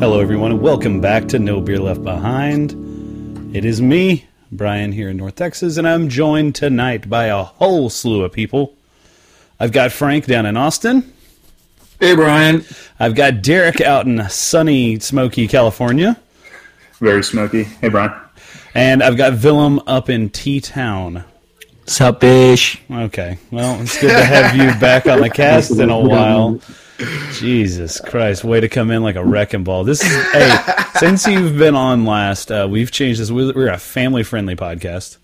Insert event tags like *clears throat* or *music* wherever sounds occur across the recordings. Hello, everyone, and welcome back to No Beer Left Behind. It is me, Brian, here in North Texas, and I'm joined tonight by a whole slew of people. I've got Frank down in Austin. Hey, Brian. I've got Derek out in sunny, smoky California. Very smoky. Hey, Brian. And I've got Willem up in T Town. Sup, bish? Okay. Well, it's good to have you back *laughs* on the cast in a while. Jesus Christ, way to come in like a wrecking ball. This is hey, since you've been on last, uh, we've changed this. We're we're a family-friendly podcast.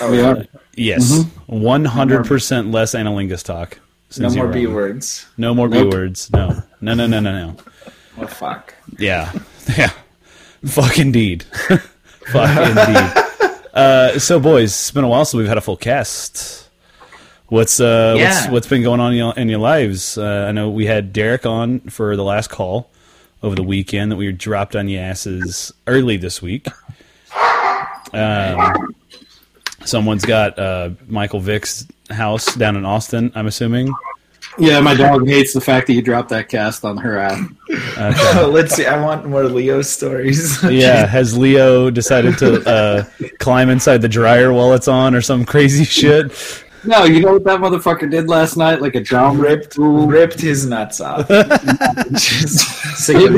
Oh, we are. Yes, one hundred percent less analingus talk. Mm-hmm. No since you more were B on. words. No more b Nope. words. No, no, no, no, no, no. Oh, fuck. Yeah, *laughs* yeah. Fuck indeed. *laughs* Fuck indeed. Uh, so, boys, it's been a while since we've had a full cast. What's uh, what's Yeah. what's been going on in your, in your lives? Uh, I know we had Derek on for the last call over the weekend that we were dropped on your asses early this week. Um, someone's got uh, Michael Vick's house down in Austin. I'm assuming. Yeah, my dog hates the fact that you dropped that cast on her app. Okay. Oh, *laughs* let's see. I want more Leo stories. Yeah, *laughs* has Leo decided to uh, climb inside the dryer while it's on or some crazy shit? No, Oh, you know what that motherfucker did last night? Like a drown rip ripped, tool. ripped his nuts *laughs* off. Just *laughs* sick of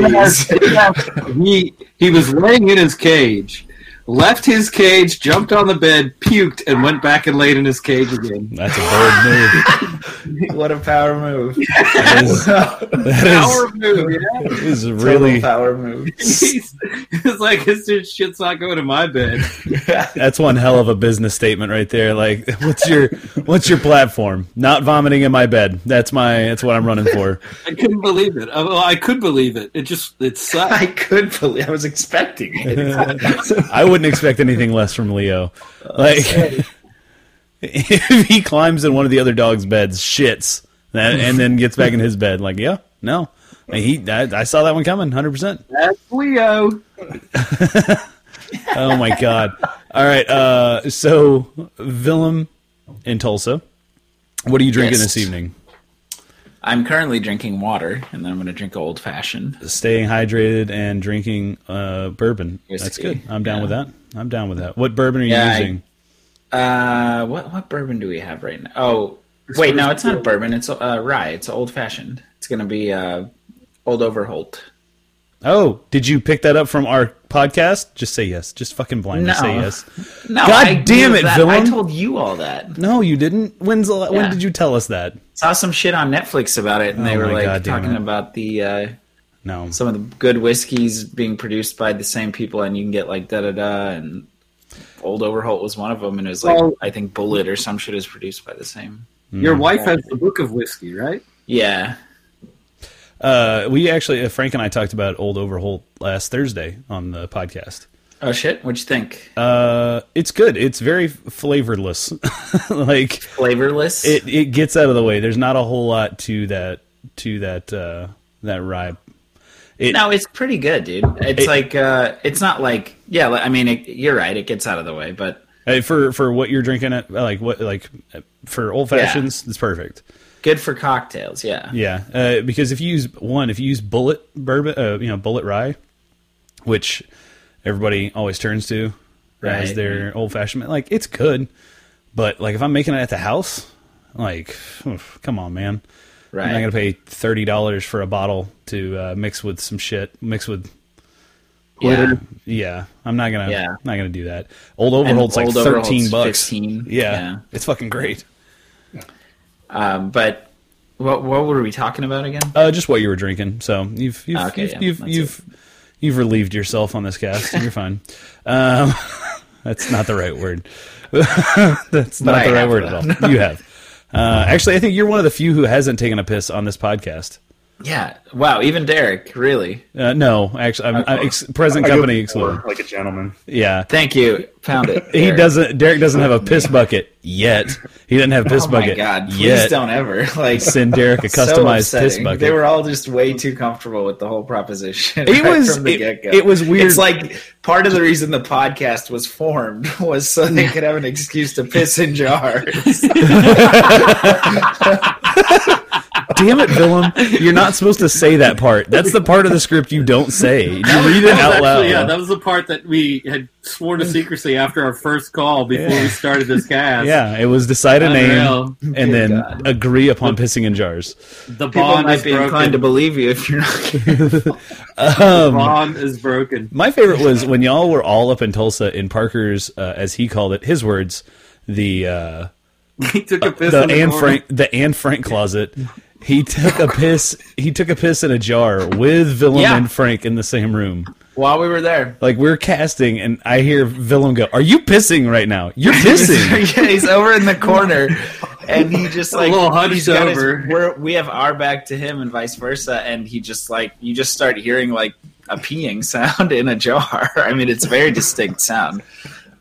these. he, he was laying in his cage, left his cage, jumped on the bed, puked, and went back and laid in his cage again. That's a bold move. What a power move. That is, *laughs* Power *laughs* that move, yeah? is, is Total really. power move. *laughs* He's, it's like his dude, shit's not going to my bed. That's one hell of a business statement right there. Like, *laughs* what's your what's your platform? Not vomiting in my bed. That's my that's what I'm running for. I couldn't believe it. I, well, I could believe it. It just it sucked. I could believe I was expecting it. *laughs* I wouldn't expect anything less from Leo. Like, *laughs* if he climbs in one of the other dog's beds, shits, that, and then gets back in his bed, like, yeah, no, he, I, I saw that one coming, hundred percent. That's Leo. Oh my god! All right, uh, so Willem in Tulsa, what are you drinking Yes. this evening? I'm currently drinking water, and then I'm going to drink old fashioned. Staying hydrated and drinking uh, bourbon. That's Whiskey. good. I'm down Yeah. with that. I'm down with that. What bourbon are you Yeah, I- using? Uh, what what bourbon do we have right now? Oh, wait, no, it's not bourbon. It's uh, rye. It's old fashioned. It's going to be uh, old Overholt. Oh, did you pick that up from our podcast? Just say yes. Just fucking blindly No. say yes. No, God I damn knew it, that. I villain. told you all that. No, you didn't. When's the, la- when Yeah. did you tell us that? Saw some shit on Netflix about it, and they Oh were my like God damn talking it. about the uh, No. some of the good whiskeys being produced by the same people, and you can get like da da da and. Old Overholt was one of them, and it was like Well- I think Bullet or some shit is produced by the same. Your wife has the book of whiskey, right? Yeah, Uh, we actually uh, Frank and I talked about Old Overholt last Thursday on the podcast. Oh shit! What'd you think? Uh, it's good. It's very flavorless. *laughs* like Flavorless. it, it gets out of the way. There's not a whole lot to that to that uh, that rye. no, it's pretty good, dude. It's It- like uh, it's not like yeah. li- I mean, it, you're right. It gets out of the way, but Uh, for for what you're drinking at like what like uh, for old fashions, it's perfect. good for cocktails. Yeah. Yeah, uh, because if you use one, if you use bullet bourbon, uh, you know bullet rye, which everybody always turns to as Right. their old fashioned, like it's good, but like if I'm making it at the house, like oof, come on, man, I'm not Right. gonna pay thirty dollars for a bottle to uh, mix with some shit, mix with yeah. yeah, I'm not gonna Yeah. not gonna do that. Old And overhold's like Old Overhold's thirteen bucks, 15, Yeah, yeah. it's fucking great. Um, but what what were we talking about again? Uh, just what you were drinking. So you've you've Ah, Okay, you've yeah, you've, that's you've, you've relieved yourself on this cast. You're fine. Um, *laughs* that's not the right word. *laughs* that's not I the right have *laughs* word at all. You have. Uh, actually, I think you're one of the few who hasn't taken a piss on this podcast. Yeah. Wow. Even Derek, really. Uh, no, actually, I'm, I, ex- present I go company for excluded. Like a gentleman. Yeah, Thank you. Found it. *laughs* he Derek. doesn't. Derek doesn't *laughs* have a piss bucket yet. He didn't have piss Oh my bucket god! Please yet. don't ever *laughs* like Send Derek a *laughs* so customized upsetting. piss bucket. They were all just way too comfortable with the whole proposition. It right was- from the it- get-go. it was weird. It's like part of the reason the podcast was formed *laughs* was so they could have an excuse to piss *laughs* in jars. Damn it, *laughs* Willem! You're not supposed to say that part. That's the part of the script you don't say. *laughs* You read it That was out loud. actually- yeah, that was the part that we had sworn to *laughs* secrecy after our first call before we started this cast. Yeah, it was decide a name Unreal. and then God. agree upon pissing in jars. The People bond is might be inclined to broken. believe you if you're *laughs* not. The bond is broken. *laughs* My favorite was when y'all were all up in Tulsa in Parker's, uh, as he called it, his words, the uh, He took a piss the in the Anne corner. Frank the Anne Frank closet. He took a piss. He took a piss in a jar with Willem Yeah. and Frank in the same room. While we were there, Like we're casting, and I hear Willem go, "Are you pissing right now? *laughs* You're *laughs* pissing." yeah, he's over in the corner, and *laughs* he just like little hunched he's got his- over. we're, we have our back to him, and vice versa, and he just like you just start hearing like a peeing *laughs* sound in a jar. *laughs* I mean, it's a very distinct sound,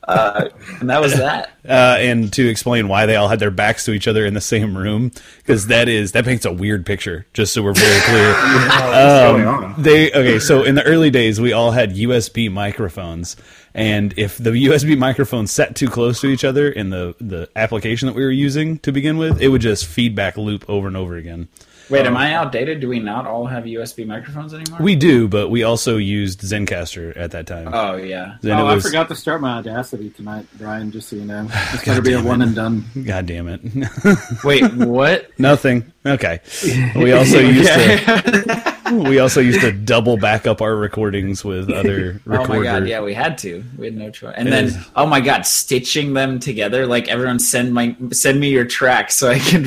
uh, and that was that. uh, and to explain why they all had their backs to each other in the same room, because that is that paints a weird picture. Just so we're very *laughs* clear. What's going on? They okay. So in the early days, we all had USB microphones, and if the USB microphones sat too close to each other in the the application that we were using to begin with, it would just feedback loop over and over again. Wait, am I outdated? Do we not all have USB microphones anymore? We do, but we also used ZenCaster at that time. oh yeah. Then Oh, it was, I forgot to start my audacity tonight, Brian. Just so you *sighs* know, it's going to be a one and done. God damn it, *laughs* *laughs* Wait, what? nothing. Okay, we *laughs* also used to we also used to double back up our recordings with other Oh recorders. my god, yeah, we had to. We had no choice. And It then, is- oh my god, stitching them together. Like everyone, send my send me your track so I can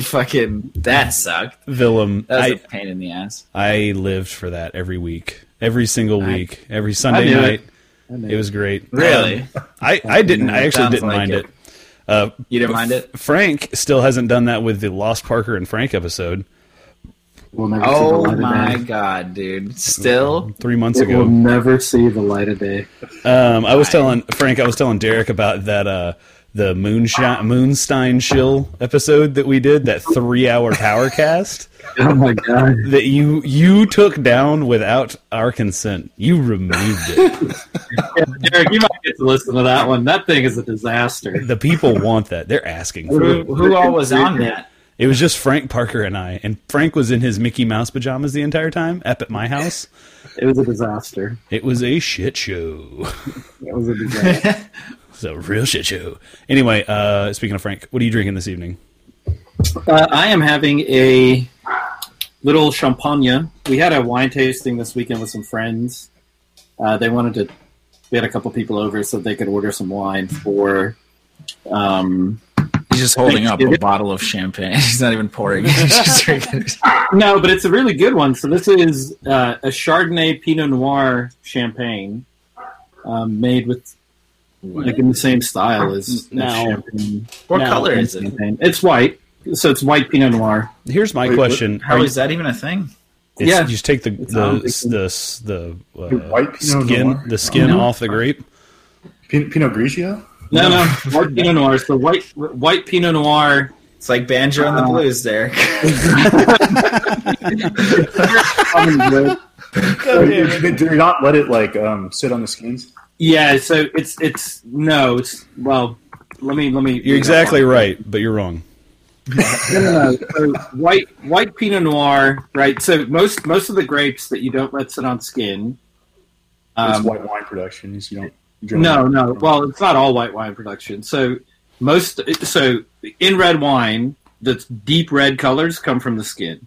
*laughs* fucking. That sucked. Willem, That was a I, pain in the ass. I lived for that every week, every single week, every Sunday knew it. night. I knew It was great. Really? Um, I, I didn't. I actually Sounds didn't like mind it. it. Uh, You didn't mind it? Frank still hasn't done that with the Lost Parker and Frank episode We'll never see the Oh light of my day. god, dude. Still? three months It will ago. never see the light of day. *laughs* Um, I was telling Frank, I was telling Derek about that uh, the moonshine moonstein shill episode that we did, that three hour *laughs* power cast Oh my *laughs* god! that you you took down without our consent. You removed it. Derek, you might get to listen to that one. That thing is a disaster. The people want that. They're asking for it. Who, who all was on that? It was just Frank Parker and I, and Frank was in his Mickey Mouse pajamas the entire time up at my house. It was a disaster. It was a shit show. *laughs* It was a disaster. It's a real shit show. Anyway, uh, speaking of Frank, what are you drinking this evening? uh, I am having a little champagne. We had a wine tasting this weekend with some friends. Uh, they wanted to. We had a couple people over so they could order some wine for. Um, He's just holding up a bottle of champagne. *laughs* He's not even pouring. it. He's just drinking. it. No, but it's a really good one. So this is uh, a Chardonnay Pinot Noir champagne, um, made with like in the same style as as Now- champagne. What Now, color is it? champagne. It's white, so it's white Pinot Noir. Here's my Wait, what- question. How Are you- is that even a thing? it's- yeah. you just take the It's not- the s- the s- the, uh, The white Pinot skin Noir? the skin No. off the grape. Pin- Pinot Grigio? No, no, white Pinot Noir. So white white Pinot Noir. It's like banjo and the Uh, blues, Derek. *laughs* common red. Did do not let it like um, sit on the skins? yeah, so it's it's no, it's well. Let me let me. You're exactly right, but you're wrong. No, no, no. So white white Pinot Noir, right? So most most of the grapes that you don't let sit on skin. It's Um, white wine productions. You don't. drink no, it. no. Well, it's not all white wine production. So most so in red wine, the deep red colors come from the skin.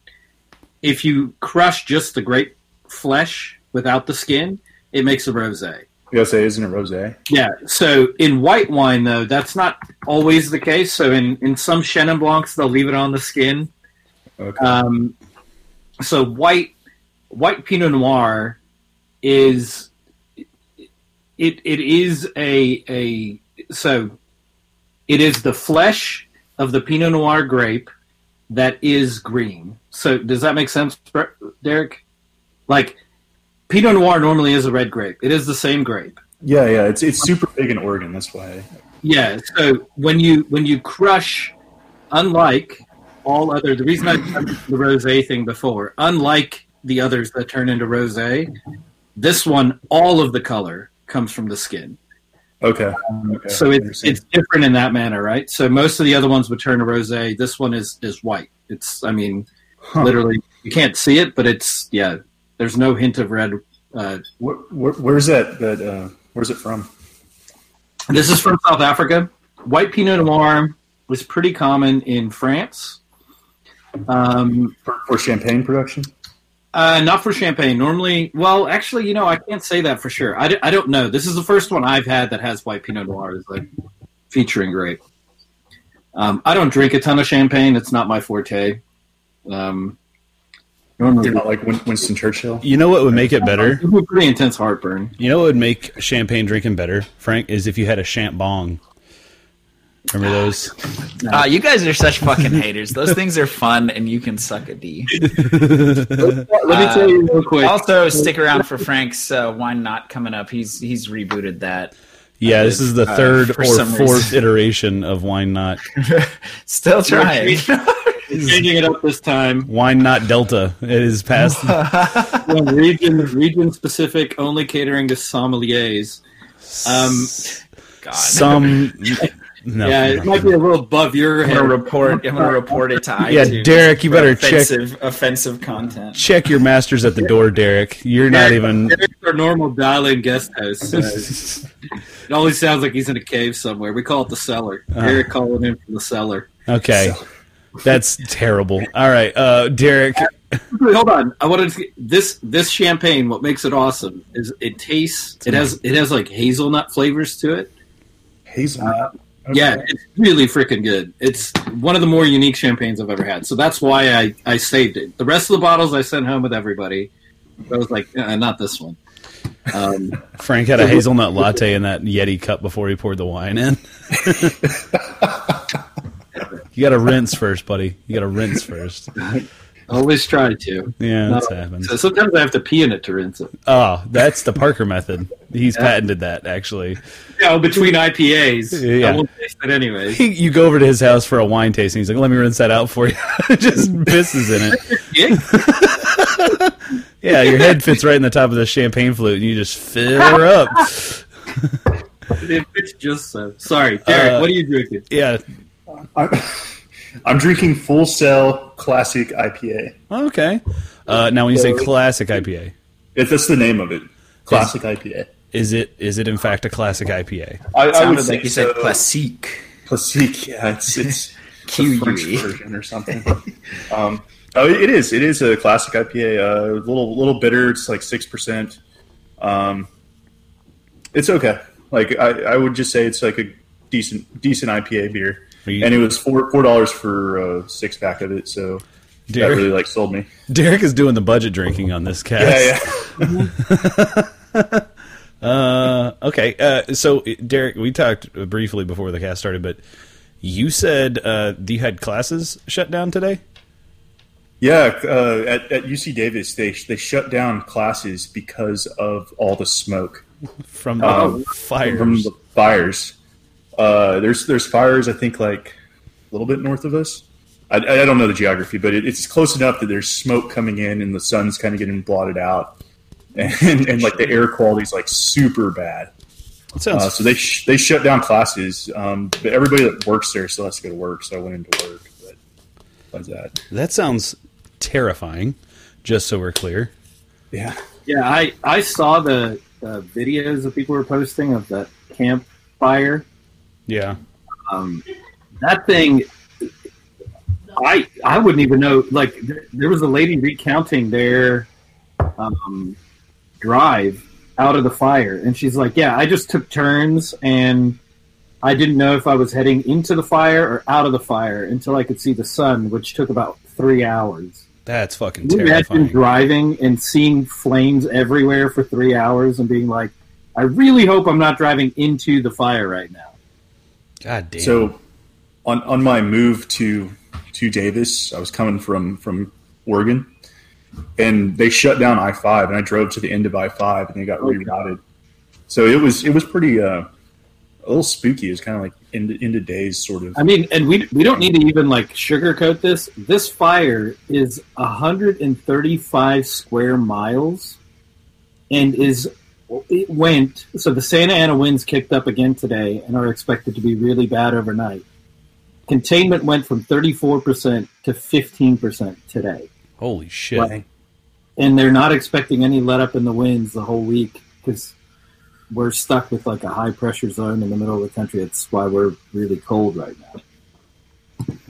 If you crush just the grape flesh without the skin, it makes a rosé. You gotta say, isn't it rosé? Yeah. So in white wine, though, that's not always the case. So in in some Chenin Blancs, they'll leave it on the skin. Okay. Um, so white white Pinot Noir is it it is a a so it is the flesh of the Pinot Noir grape that is green. So does that make sense, Bre- Derek? Like Pinot Noir normally is a red grape. It is the same grape. Yeah, yeah. It's it's super big in Oregon. That's why. Yeah. So when you when you crush, unlike all other, the reason I mentioned the rosé thing before, unlike the others that turn into rosé, this one all of the color comes from the skin. Okay. okay. so it's Understand. it's different in that manner, right? So most of the other ones would turn to rosé. This one is is white. It's I mean, Huh. literally you can't see it, but it's yeah. There's no hint of red. Uh, Where, where, where's that? That uh, where's it from? this is from South Africa. White Pinot Noir was pretty common in France. Um, For, for champagne production? Uh, not for champagne. Normally, well, actually, you know, I can't say that for sure. I, d- I don't know. This is the first one I've had that has white Pinot Noir as like featuring grape. Um, I don't drink a ton of champagne. It's not my forte. Um, normally, You're not like Win- Winston Churchill. You know what would make it better? It was pretty intense heartburn. You know what would make champagne drinking better, Frank, is if you had a champ bong. Remember those? *laughs* Ah, you guys are such fucking haters. Those things are fun, and you can suck a D. Let me tell you real quick. Also, stick around for Frank's uh, wine not coming up. He's he's rebooted that. Yeah, this is the Uh, third for or some fourth reason. iteration of wine not Still trying. changing it up this time. *laughs* wine not delta. It is *laughs* past region region specific, only catering to sommeliers. Um, God. some. No, yeah, it might be a little above your I'm head. gonna report. I'm gonna report it to Yeah, iTunes. Derek, you for better check- offensive, Offensive content. check your masters at the door, Derek. You're not even. Eric's our normal dial-in guest house. so it always sounds like he's in a cave somewhere. We call it the cellar. Eric calling in from the cellar. Okay, that's terrible. All right, uh, Derek. Wait, Hold on, I wanted to this this champagne. What makes it awesome is it tastes. It has it has like hazelnut flavors to it. Hazelnut. Okay. Uh, Yeah, it's really freaking good. It's one of the more unique champagnes I've ever had. So that's why I I saved it. The rest of the bottles I sent home with everybody. I was like, uh, not this one. Um, *laughs* Frank had a hazelnut latte in that Yeti cup before he poured the wine *laughs* in. you got to rinse first, buddy. You got to rinse first. always try to. Yeah, that's No. happened. So sometimes I have to pee in it to rinse it. Oh, that's the Parker method. He's patented that actually. No, between IPAs. Yeah. I won't taste *laughs* it anyway. He, you go over to his house for a wine tasting. He's like, "Let me rinse that out for you." *laughs* Just pisses in it. Yeah, your head fits right in the top of the champagne flute, and you just fill her up. it fits just so. Sorry, Derek, Uh, what are you drinking? Yeah. I'm, I'm drinking Full Cell Classic IPA. Okay. Uh, now, when you say classic IPA, If that's the name of it, Classic IPA. is it is it in fact a classic IPA? I, It sounded like you said classique. Classic. Yeah, it's it's E. the French *laughs* Kiwi. version or something. *laughs* um, oh, it is. It is a classic IPA. A uh, little little bitter. It's like six percent. Um, it's okay. Like I, I would just say it's like a decent decent IPA beer. Are you- and it was four four dollars for a six pack of it. So that Derek, really like sold *laughs* me. Derek is doing the budget drinking on this cast. Yeah, yeah. Uh, okay. Uh, so, Derek, we talked briefly before the cast started, but you said uh, you had classes shut down today. Yeah, uh, at, at UC Davis, they they shut down classes because of all the smoke from the Oh. Um, fires. from the fires. Uh, there's there's fires, I think, like a little bit north of us. I, I don't know the geography, but it, it's close enough that there's smoke coming in and the sun's kind of getting blotted out, *laughs* and, and like the air quality's like super bad. That sounds Uh, so they sh- they shut down classes. Um, but everybody that works there still has to go to work, so I went into work. But that's that. that sounds terrifying. Just so we're clear, Yeah. Yeah, I, I saw the uh, videos that people were posting of the campfire. yeah. Um, that thing, I I wouldn't even know. Like, th- there was a lady recounting their um, drive out of the fire, and she's like, "Yeah, I just took turns, and I didn't know if I was heading into the fire or out of the fire until I could see the sun, which took about three hours." That's fucking Can you imagine terrifying. driving and seeing flames everywhere for three hours and being like, "I really hope I'm not driving into the fire right now." God damn. So on on my move to to Davis, I was coming from from Oregon, and they shut down I five, and I drove to the end of I five, and they got rerouted. So it was it was pretty uh, a little spooky. It was kind of like end end of days sort of. I mean, and we we don't need to even like sugarcoat this. This fire is 135 square miles, and is it went so the Santa Ana winds kicked up again today and are expected to be really bad overnight. Containment went from 34% to 15% today, Holy shit. Right. and they're not expecting any letup in the winds the whole week because we're stuck with like a high pressure zone in the middle of the country. That's why we're really cold right now.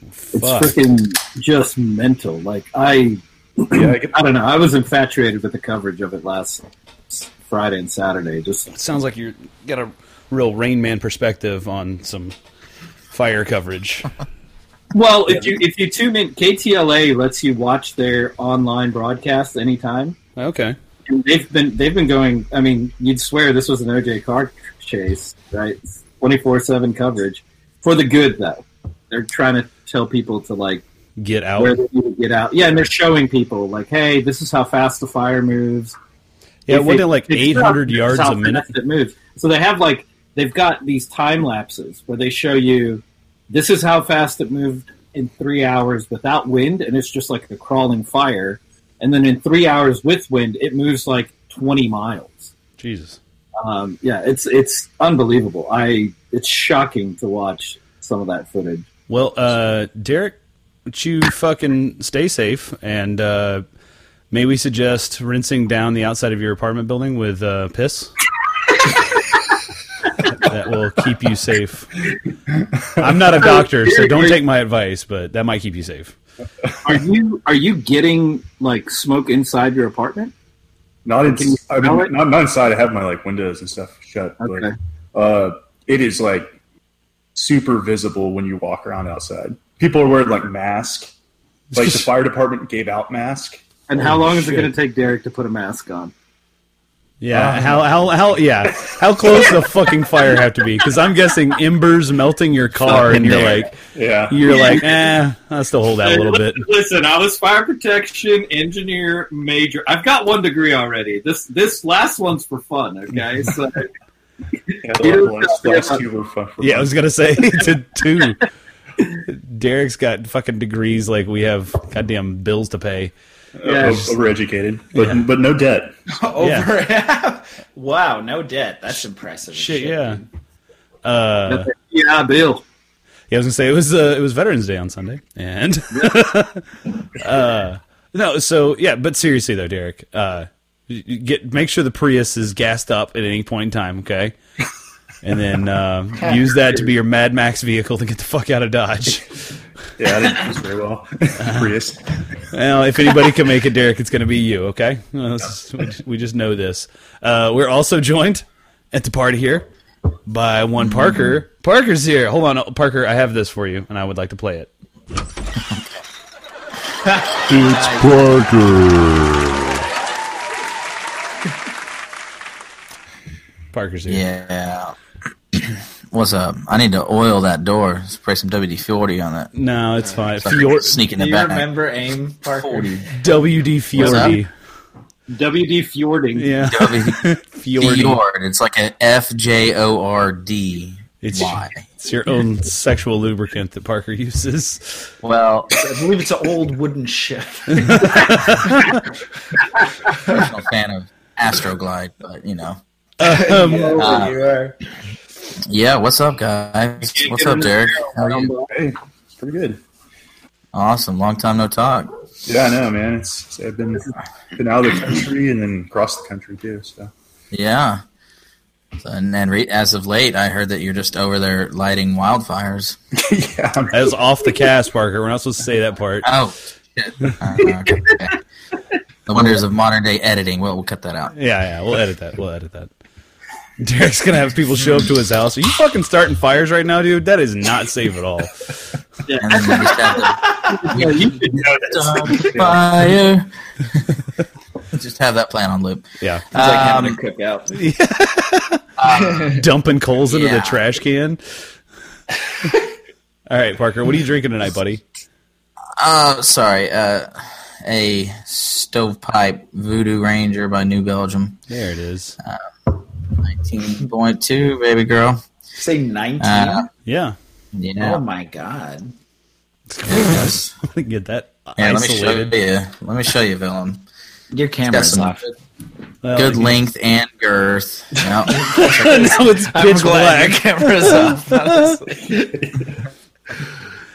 It's Fuck. freaking just mental. Like I, Yeah, I get- *clears throat* I don't know. I was infatuated with the coverage of it last Friday and Saturday. Just Sounds like you're got a real Rain Man perspective on some fire coverage. *laughs* well, if you if you tune in, KTLA lets you watch their online broadcast anytime. okay. And they've been they've been going. I mean, you'd swear this was an OJ car chase, right? Twenty four seven coverage for the good though. They're trying to tell people to like Get out. where they need to get out. Yeah, and they're showing people like, hey, this is how fast the fire moves. yeah, If wasn't they- it like it's 800 how- yards how a minute? fast It moves. So they have like they've got these time lapses where they show you this is how fast it moved in three hours without wind, and it's just like a crawling fire. And then in three hours with wind, it moves like twenty miles. Jesus. Um, yeah, it's it's unbelievable. I it's shocking to watch some of that footage. *laughs* Well, uh, Derek, would you fucking stay safe, and uh, may we suggest rinsing down the outside of your apartment building with uh, piss? that will keep you safe. I'm not a doctor, so don't take my advice, but that might keep you safe. Are you are you getting like smoke inside your apartment? not Can you in, I smell it? mean, not, not inside. I have my like windows and stuff shut. Okay. But, uh, it is like super visible when you walk around outside. People are wearing like masks. Like *laughs* the fire department gave out masks. And how long is it shit. going to take Derek to put a mask on? Yeah, how how how yeah, how close the fucking fire have to be? Because I'm guessing embers melting your car, and you're Fucking like, Yeah. you're like, eh, I'll still hold out a little bit. Listen, I was fire protection engineer major. I've got one degree already. This this last one's for fun. Okay, *laughs* so Yeah, the You- last- last two were fun- were Yeah, I fun. was gonna say *laughs* to two. Derek's got fucking degrees like we have goddamn bills to pay. O- Oh. overeducated, but Yeah. but no debt. Over. *laughs* wow, no debt. That's impressive. as Shit, yeah. dude. Uh, Yeah, Bill. yeah, I was gonna say it was uh, it was Veterans Day on Sunday, and *laughs* uh, no, so yeah, but seriously though, Derek, uh, y- y- get make sure the Prius is gassed up at any point in time, okay, and then uh, use that to be your Mad Max vehicle to get the fuck out of Dodge. Yeah, I didn't do this very *laughs* well. Prius. Well, if anybody can make it, Derek, it's going to be you. Okay, Well, this is- we just- we just know this. Uh, we're also joined at the party here by one Parker. Parker's here. Hold on, uh, Parker. I have this for you, and I would like to play it. It's Parker. Parker's here. Yeah. *clears throat* What's up? I need to oil that door. Spray some WD forty on that. No, it's fine. So I can Fior- sneak in Do the you back. remember AIM, Parker? WD Fiordi. WD Fjording. Yeah, *laughs* Fiordi. Fjord. It's like a F J O R D It's- Y. It's your own sexual lubricant that Parker uses. *laughs* Well, I believe it's an old wooden ship. I'm a fan of Astroglide, but you know. Um, Uh, you are. Yeah. What's up, guys? What's up, Derek? How are you? Hey, it's pretty good. Awesome. Long time no talk. Yeah, I know, man. It's, it's- I've been been out of the country and then across the country too. So *laughs* Yeah. So, and and re- as of late, I heard that you're just over there lighting wildfires. yeah, I'm- that was off the cast, Parker. We're not supposed to say that part. Oh. Shit. Uh, okay, okay. The wonders of modern day editing. Well, we'll cut that out. Yeah, yeah, we'll edit that. We'll edit that. Derek's gonna have people show up to his house. Are you fucking starting fires right now, dude? That is not safe at all. And then we just have *laughs* Yeah, you should know the Start fire. just have that plan on loop. Yeah, It's like having Um, a cookout. dumping coals into the Yeah. trash can. All right, Parker, what are you drinking tonight, buddy? Uh, sorry. Uh, a stovepipe Voodoo Ranger by New Belgium, There it is. nineteen point two, baby girl. Say 19? Uh, Yeah, *laughs* Oh Yeah, my god. yes. get that yeah. Let me show you. isolated. Let me show you, villain. Your Got camera's some off. Well, good *laughs* length and girth. Yep. *laughs* now it's I'm pitch black. glad your *laughs* camera's off. Honestly. *laughs*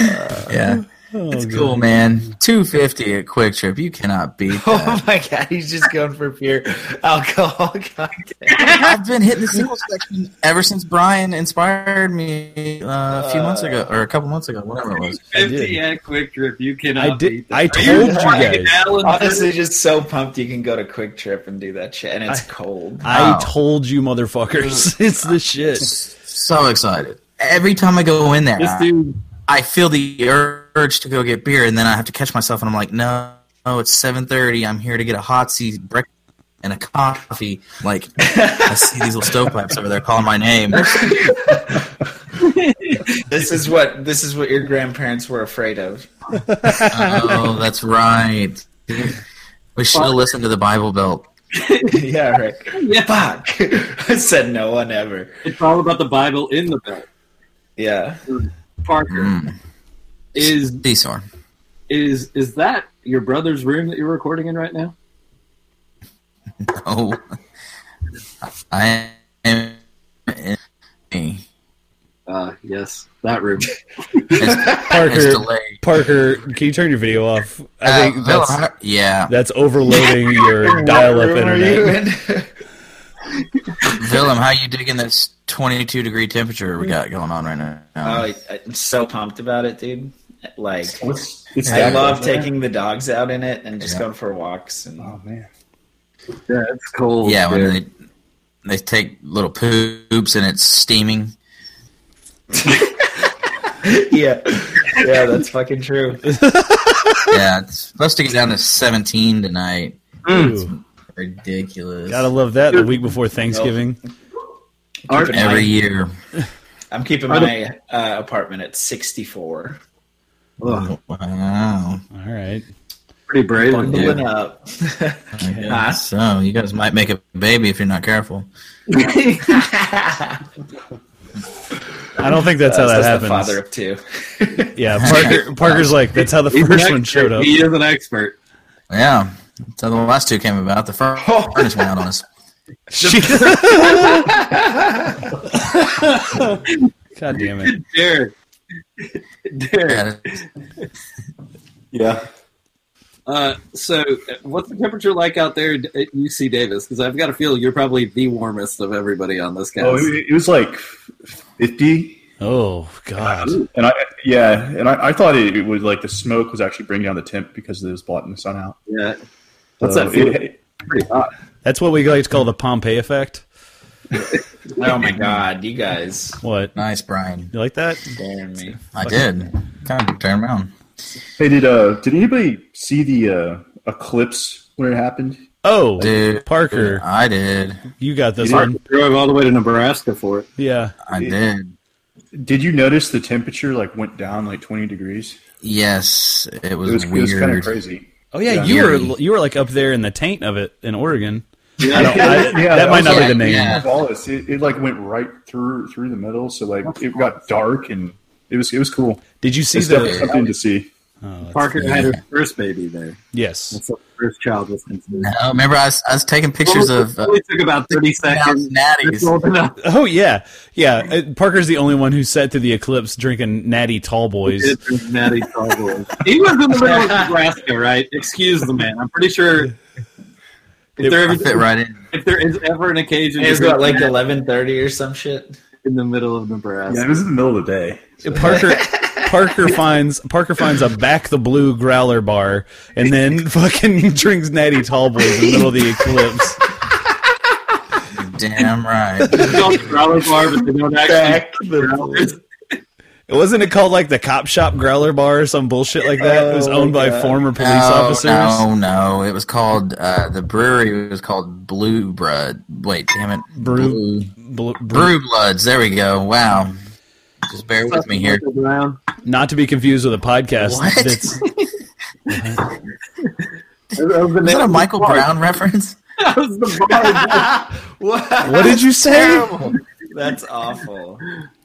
yeah, Oh, it's cool, man. Two fifty at Quick Trip. You cannot *laughs* beat that. Oh my god, he's just going for pure alcohol *laughs* content. I've been hitting the single section ever since Brian inspired me uh, a few months ago or a couple months ago, whatever it was. did. Fifty and quick trip. You cannot I did. beat that. I told you guys. Alan, Honestly, just so pumped you can go to Quick Trip and do that shit, and it's cold. I Wow. told you, motherfuckers. *laughs* It's the shit. So excited. Every time I go in there, this dude. I feel the urge to go get beer, and then I have to catch myself, and I'm like, no, no, it's seven thirty. I'm here to get a hot seat breakfast and a coffee. Like, I see these little stovepipes over there calling *laughs* my name. This is what this is what your grandparents were afraid of. *laughs* Oh, that's right. We should have listened to the Bible Belt. yeah, right. Yeah. Fuck. *laughs* said no one ever. It's all about the Bible in the belt. Yeah. Parker Mm. is These are. is is that your brother's room that you're recording in right now? Oh, I am. Uh, yes, that *laughs* room. *laughs* It's, it's Parker, delayed. Parker, can you turn your video off? I Uh, think Bill, that's how- yeah, that's overloading your What dial-up room are you *laughs* internet. in? Willem, how you digging this 22 degree temperature we got going on right now? oh, I'm so pumped about it, dude. Like It's, it's I that love good, man. taking the dogs out in it and just Yeah. going for walks and Oh man, Yeah, it's cold. yeah, when dude. they they take little poops and *laughs* it's steaming. *laughs* yeah, yeah, that's fucking true. yeah, it's supposed to get down to 17 tonight. Ooh, Ridiculous. gotta love that. The week before Thanksgiving. Are- Keeping Every my- year. I'm keeping my uh, apartment at 64. Ugh, Wow. All right. pretty brave. of you. Bundling *laughs* up. I guess So you guys might make a baby if you're not careful. *laughs* I don't think that's how that Uh, that's happens. The father of two. Yeah, Parker, Parker's like that's how the first one showed up. He is an expert. Yeah. So the last two came about. The fir- furnace went out on us. *laughs* God damn it! *laughs* Derek, Derek. Yeah, yeah. Uh, so, uh, what's the temperature like out there d- at UC Davis? Because I've got a feel you're probably the warmest of everybody on this cast. Oh, it, it was like fifty, Oh God! and I yeah, and I, I thought it, it was like the smoke was actually bringing down the temp because it was blotting the sun out. yeah, What's So Uh, that feel? it- pretty hot. That's what we like to call the Pompeii effect. *laughs* Oh my god, you guys What nice, Brian. you like that? scaring me. I did. Kind of turn around. Hey, did uh, did anybody see the uh, eclipse when it happened? Oh, Dude. Parker, I did. you got this You one. Drove all the way to Nebraska for it. Yeah. I did. Did you notice the temperature like went down like twenty degrees? Yes, it was, It was, it weird. was kind of crazy. Oh yeah, Yeah. you were Eerie. you were like up there in the taint of it in Oregon. *laughs* Yeah, I- *laughs* Yeah, that that might was not be like- the name. yeah. Wallace, it, it like went right through through the middle, so like it got dark and it was it was cool. Did you see It's definitely the? something to see. Oh, that's- Parker had her first baby there. yes. That's what the first child was considered. Oh, remember, I was, I was taking pictures of uh, It only took about thirty seconds. That's natties. old enough. Oh yeah, yeah. Uh, Parker's the only one who sat through the eclipse drinking Natty Tall Boys. It's Natty Tallboy. *laughs* He was in the middle of Nebraska, right? Excuse the man. I'm pretty sure. If there, I ever, fit right in. if there is ever an occasion, It was to what, like drink eleven thirty or some *laughs* shit. in the middle of Yeah, Nebraska. it was in the middle of the day. Parker Parker finds Parker finds a back the blue growler bar and then *laughs* fucking drinks Natty Tall Boys in the middle of the eclipse. Damn right. It's called Growler Bar, but they don't actually. Growlers. Wasn't it called like the cop shop growler bar or some bullshit like that? it was Oh, owned by God. former police no, officers. No, no, it was called uh, the brewery was called Blue Blood. Wait, damn it, Brew- Blue Bl- br- Brew Bloods. There we go. Wow, Just bear with me here. Brown. Not to be confused with a podcast. What? That's, Is that a Michael Brown reference? That was *laughs* the bar. What? what did you say? That's awful.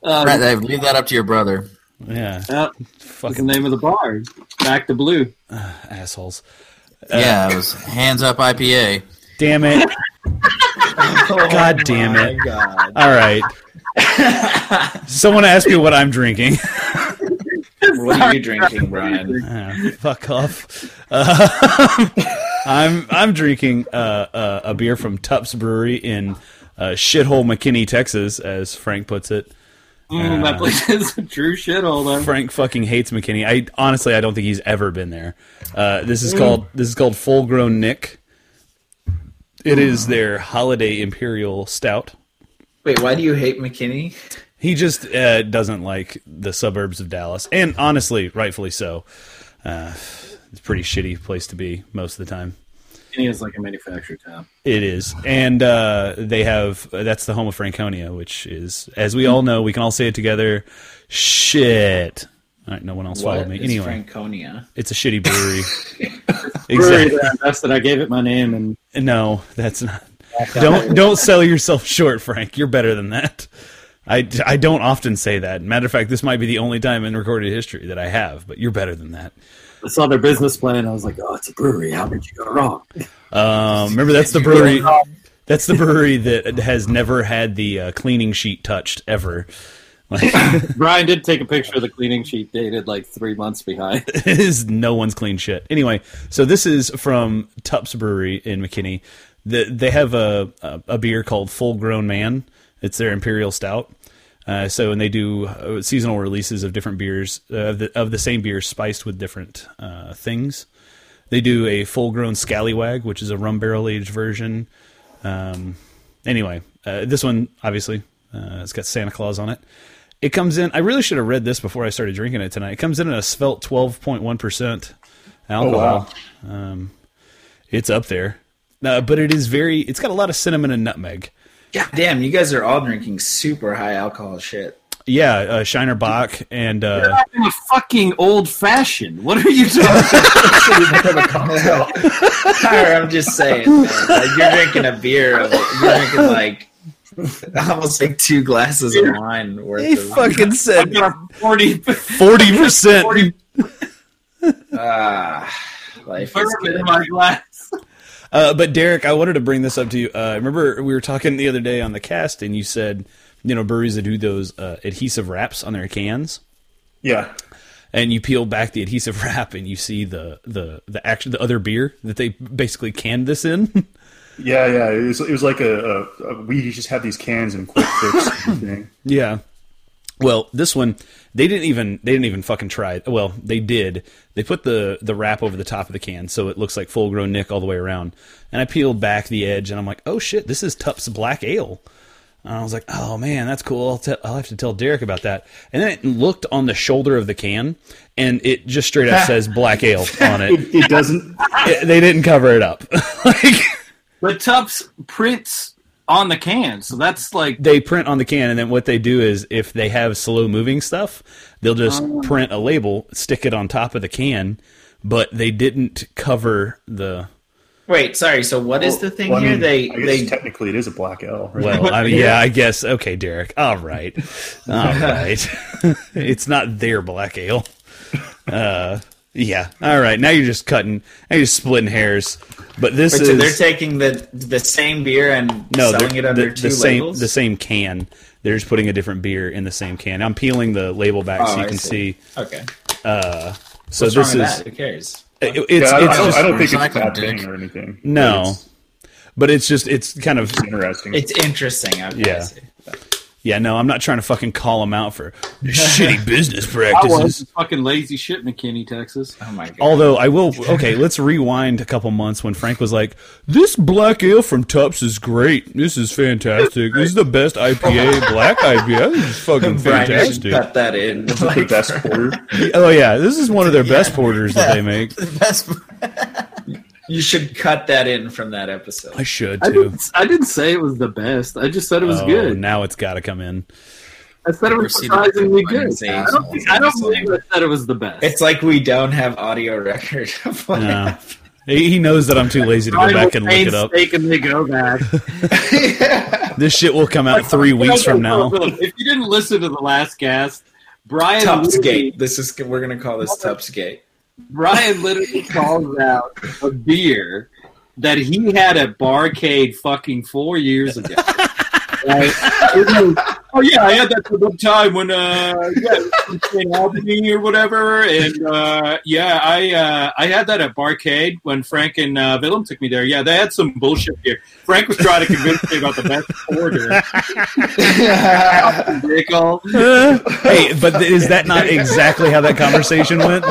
Uh, Right, Dave, leave that up to your brother. Yeah, yeah, that's the fucking name of the bar. Back to blue. assholes. Uh, yeah, it was hands up IPA. Damn it. God damn Oh My it. God. All right. Someone asked me what I'm drinking. What are you drinking, Brian? Ah, *laughs* fuck off. Uh, *laughs* I'm I'm drinking uh, uh, a beer from Tupps Brewery in uh, shithole McKinney, Texas, as Frank puts it. Mm, Uh, that place is a true shithole, though. Frank fucking hates McKinney. I honestly I don't think he's ever been there. Uh, this is called this is called Full Grown Nick. It is their holiday imperial stout. Wait, why do you hate McKinney? He just uh, doesn't like the suburbs of Dallas, and honestly, rightfully so. Uh, it's a pretty shitty place to be most of the time. It is like a manufactured town. It is, and uh, they have that's the home of Franconia, which is, as we all know, we can all say it together. Shit! All right, no one else What followed me. is Anyway, Franconia. it's a shitty brewery. Brewery exactly. that uh, I invested, I gave it my name, and No, that's not. Don't don't sell yourself short, Frank. You're better than that. I, I don't often say that. Matter of fact, this might be the only time in recorded history that I have, but you're better than that. I saw their business plan. and I was like, "Oh, it's a brewery. How did you go wrong?" Um, remember, that's the brewery. That's the brewery that has never had the uh, cleaning sheet touched ever. Like, Brian did take a picture of the cleaning sheet dated like three months *laughs* behind. it is no one's clean shit. Anyway, so this is from Tupps Brewery in McKinney. The, they have a, a a beer called Full Grown Man. It's their imperial stout. Uh, so and they do uh, seasonal releases of different beers uh, of the of the same beer spiced with different uh, things. They do a full grown scallywag, which is a rum barrel aged version. Um, anyway, uh, this one obviously uh, it's got Santa Claus on it. It comes in. I really should have read this before I started drinking it tonight. It comes in at a svelte twelve point one percent alcohol. um, it's up there, uh, but it is very. It's got a lot of cinnamon and nutmeg. God damn, you guys are all drinking super high alcohol shit. Yeah, uh, Shiner Bach and uh, I'm a fucking old fashioned. What are *laughs* you talking? *laughs* Tyler, I'm just saying, man, like you're drinking a beer of you're drinking like *laughs* almost like two glasses of wine worth he of fucking said about? *laughs* Forty. forty percent. Ah, life is bourbon good. in my glass. Uh, but Derek, I wanted to bring this up to you. Uh, remember, we were talking the other day on the cast, and you said, you know, breweries that do those uh, adhesive wraps on their cans, Yeah. and you peel back the adhesive *laughs* wrap, and you see the the the actual the other beer that they basically canned this in. *laughs* Yeah, yeah. It was, it was like a, a, a we just have these cans and quick fix and everything. yeah. Well, this one they didn't even they didn't even fucking try. It. Well, they did. They put the the wrap over the top of the can, so it looks like full grown Nick all the way around. And I peeled back the edge, and I'm like, oh shit, this is Tup's Black Ale. And I was like, oh man, that's cool. I'll, te- I'll have to tell Derek about that. And then it looked on the shoulder of the can, and it just straight up says Black Ale on *laughs* it. It, it doesn't. It- They didn't cover it up. *laughs* like But Tufts prints on the can, so that's like they print on the can, and then what they do is if they have slow moving stuff, they'll just print a label, stick it on top of the can, but they didn't cover the. Wait, sorry. So what is the thing Well, I here? mean, they I guess they technically it is a black L. Right? Well, I mean, yeah, I guess. Okay, Derek. All right, all right. *laughs* it's not their black ale. Uh, yeah. All right. Now you're just cutting. Now you're splitting hairs. But this wait, is so they're taking the the same beer and no, selling they're- it under the, two the same labels. the same can. They're just putting a different beer in the same can. I'm peeling the label back Oh, so you I can see. see. okay, So What's wrong this with is that? who cares? It- it's Yeah, I, it's I don't, just, I don't think it's a recycled bad dick. thing or anything. No. It's but it's just it's kind of interesting. It's interesting. Okay, I Yeah. see. yeah no I'm not trying to fucking call them out for shitty business I was practices. fucking lazy shit, McKinney, Texas. Oh my god. Although I will okay let's rewind a couple months when Frank was like this black ale from Tupps is great this is fantastic this is the best IPA black IPA this is fucking Brian, you should fantastic cut that in. the Like, *laughs* best porter. oh yeah this is one of their best porters that they make *laughs* That's you should cut that in from that I episode. should I too didn't, I didn't say it was the best. I just said it was Oh, good. now it's got to come in I I said it was Proceed with surprisingly the good. say I don't, think, I don't believe I said it was the best. It's like we don't have audio record. *laughs* of what No. He he knows that I'm too lazy to go back and look it up. Mistakenly go back. happened. This shit will come out three weeks from *laughs* now. If you didn't listen to the last cast, Brian Tupsgate. literally- This is we're gonna call this Tupsgate. Brian literally calls out a beer that he had at Barcade fucking four years *laughs* ago. Right? It was, oh yeah, I had that for one time when uh yeah, it was in Albany or whatever, and uh, yeah, I uh, I had that at Barcade when Frank and uh, Willem took me there. Yeah, they had some bullshit beer. Frank was trying to convince me about the best order. Nickel. hey, but th- is that not exactly how that conversation went?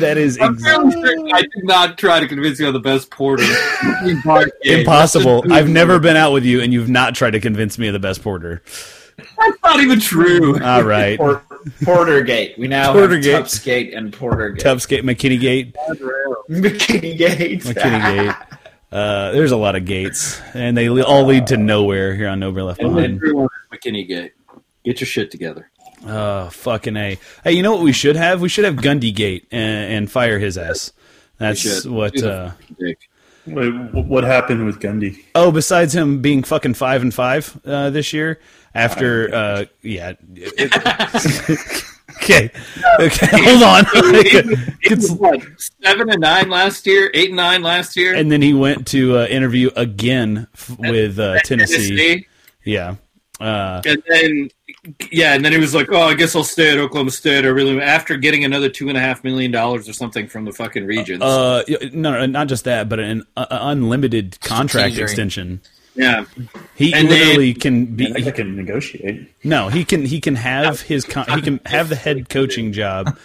That is I'm ex- fairly certain I did not try to convince you of the best porter. in Barcade. *laughs* impossible. I've never been out with you, and you've not tried to convince me of the best porter. That's not even true. All right, Por- Portergate. We now Portergate. have Tupsgate and Portergate. *laughs* Tubsgate, McKinney Gate, McKinney Gate. *laughs* *laughs* McKinney Gate. Uh, there's a lot of gates, and they le- all lead to nowhere here on Nowhere Left And Behind. everyone at McKinney Gate. Get your shit together. Oh, fucking a! Hey, you know what we should have? We should have Gundy Gate and, and fire his ass. That's should. what. Do the- Uh, Dick. Wait, wh- what happened with Gundy? Oh, besides him being fucking five and five uh, this year after, uh, yeah. *laughs* okay, okay, hold on. *laughs* It's like seven and nine last year, eight and nine last year. and then he went to uh, interview again f- with uh, Tennessee. Yeah, uh, And then, yeah, and then he was like, "Oh, I guess I'll stay at Oklahoma State." I really, after getting another two and a half million dollars or something from the fucking Regions. uh, y- no, no, not just that, but an uh, unlimited contract Teaser. extension. yeah, He And then- literally can be. I can negotiate. No, he can he can have his con- he can have the head coaching job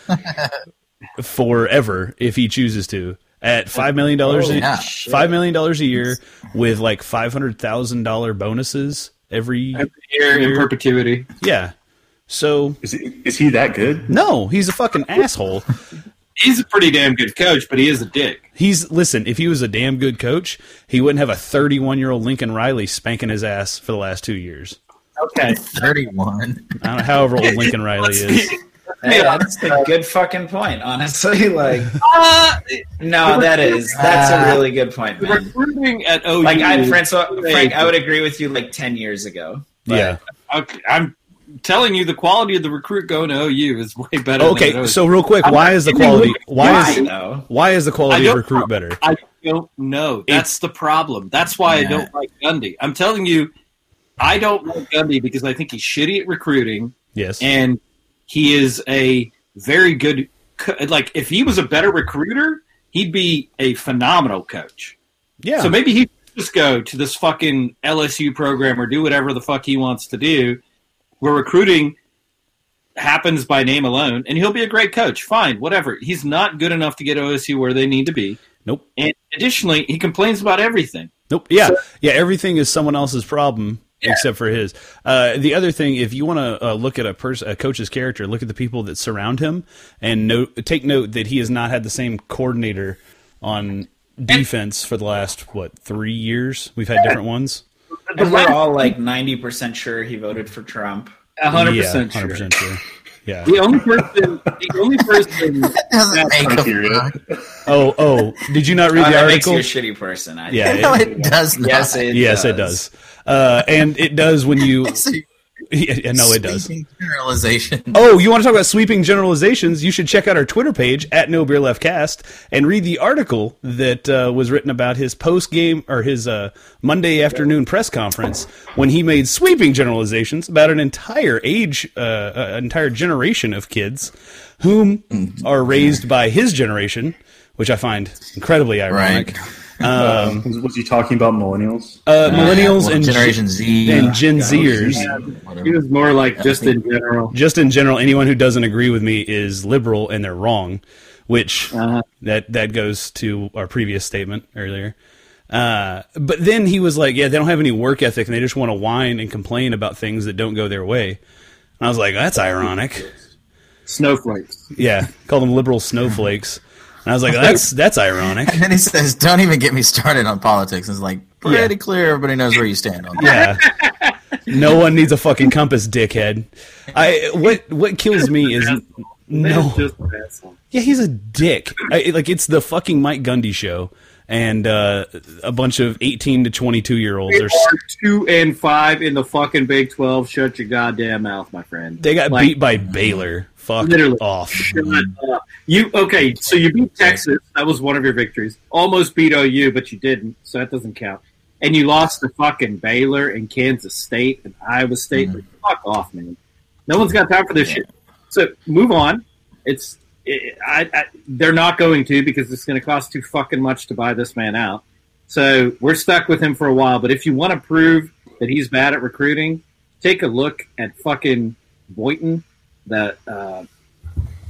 forever if he chooses to at five million dollars yeah. five million dollars a year with like five hundred thousand dollar bonuses every here in perpetuity. yeah. So Is he, is he that good? no, he's a fucking asshole. He's a pretty damn good coach, but he is a dick. He's listen. If he was a damn good coach, he wouldn't have a thirty-one-year-old Lincoln Riley spanking his ass for the last two years. Okay, 31. I don't know, however old Lincoln Riley is. Hey, that's a good fucking point, honestly. *laughs* Like, no, that is that's a really good point, man. recruiting at OU. Like, I Francois, Frank, I would agree with you like ten years ago. But Yeah. Okay, I'm telling you, the quality of the recruit going to OU is way better. than Okay. OU. So real quick, why is the quality? Why why is though? Why is the I quality of don't recruit know. better? I don't know. That's the problem. That's why I Yeah. don't like Gundy. I'm telling you, I don't like Gundy because I think he's shitty at recruiting, Yes. and he is a very good. co- Like, if he was a better recruiter, he'd be a phenomenal coach. yeah. So maybe he should just go to this fucking LSU program or do whatever the fuck he wants to do, where recruiting happens by name alone, and he'll be a great coach. Fine, whatever. He's not good enough to get OSU where they need to be. Nope. And additionally, he complains about everything. nope. Yeah. yeah. Everything is someone else's problem except for his. Uh, the other thing, if you want to uh, look at a person, a coach's character, look at the people that surround him, and note, take note that he has not had the same coordinator on defense for the last what three years. We've had different ones. And we're all like ninety percent sure he voted for Trump. hundred yeah, percent sure. 100% sure. Yeah. The only person, the only person, Doesn't make a Criteria. *laughs* Oh, oh. Did you not read Oh, the that article? makes you a shitty person. I Yeah, think. No, it does not. yes, it yes, does. it does. Uh, and it does when *laughs* you. It's a Yeah, no, it does. sweeping Generalization. Oh, you want to talk about sweeping generalizations? You should check out our Twitter page at No Beer Left Cast and read the article that uh, was written about his post game or his uh, Monday afternoon press conference when he made sweeping generalizations about an entire age, uh, uh, an entire generation of kids whom Mm. are raised by his generation, which I find incredibly ironic. was, Um, was he talking about millennials? Um, Uh, millennials Well, and Generation Z. and Gen Zers. he was more like just in general. just in general, anyone who doesn't agree with me is liberal and they're wrong, which that that goes to our previous statement earlier. Uh, but then he was like, "Yeah, they don't have any work ethic and they just want to whine and complain about things that don't go their way." And I was like, "That's ironic." Snowflakes. Yeah, called them liberal snowflakes. And I was like, "That's that's ironic." And then he says, "Don't even get me started on politics." It's like pretty clear everybody knows where you stand on that. Yeah. No one needs a fucking compass, dickhead. I what what kills me is no. That's just an asshole. Yeah, he's a dick. I, like it's the fucking Mike Gundy show, and uh, a bunch of eighteen to twenty two year olds They are. s- are two and five in the fucking Big Twelve. Shut your goddamn mouth, my friend. They got Like- beat by Baylor. Fuck Literally. off. Shut up. You okay? So you beat Texas. That was one of your victories. Almost beat OU, but you didn't. So that doesn't count. And you lost to fucking Baylor and Kansas State and Iowa State. Like, fuck off, man. No one's got time for this shit. So move on. It's it, I, I, they're not going to because it's going to cost too fucking much to buy this man out. So we're stuck with him for a while. But if you want to prove that he's bad at recruiting, take a look at fucking Boynton, the uh,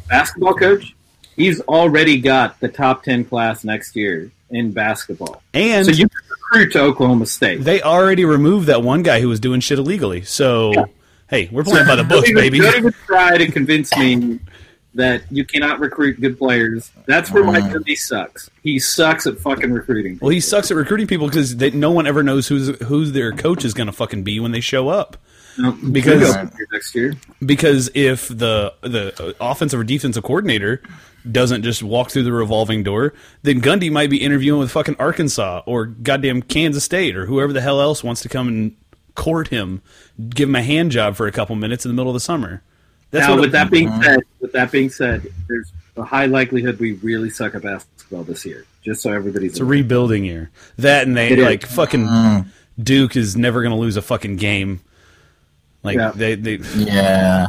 basketball coach. He's already got the top ten class next year in basketball. And so you can recruit to Oklahoma State. they already removed that one guy who was doing shit illegally. So hey, we're playing by the books, *laughs* don't, even, baby. don't even try to convince me that you cannot recruit good players. That's where Mike Gundy sucks. He sucks at fucking recruiting. Well, he sucks at recruiting people because no one ever knows who's who their coach is going to fucking be when they show up. because- next year, Because if the the offensive or defensive coordinator doesn't just walk through the revolving door, then Gundy might be interviewing with fucking Arkansas or goddamn Kansas State or whoever the hell else wants to come and court him, give him a hand job for a couple minutes in the middle of the summer. That's now, what with that being said, with that being said, there's a high likelihood we really suck at basketball this year. Just so everybody's It's a rebuilding year. That and they It is. like fucking Duke is never going to lose a fucking game. Like Yeah. they they Yeah.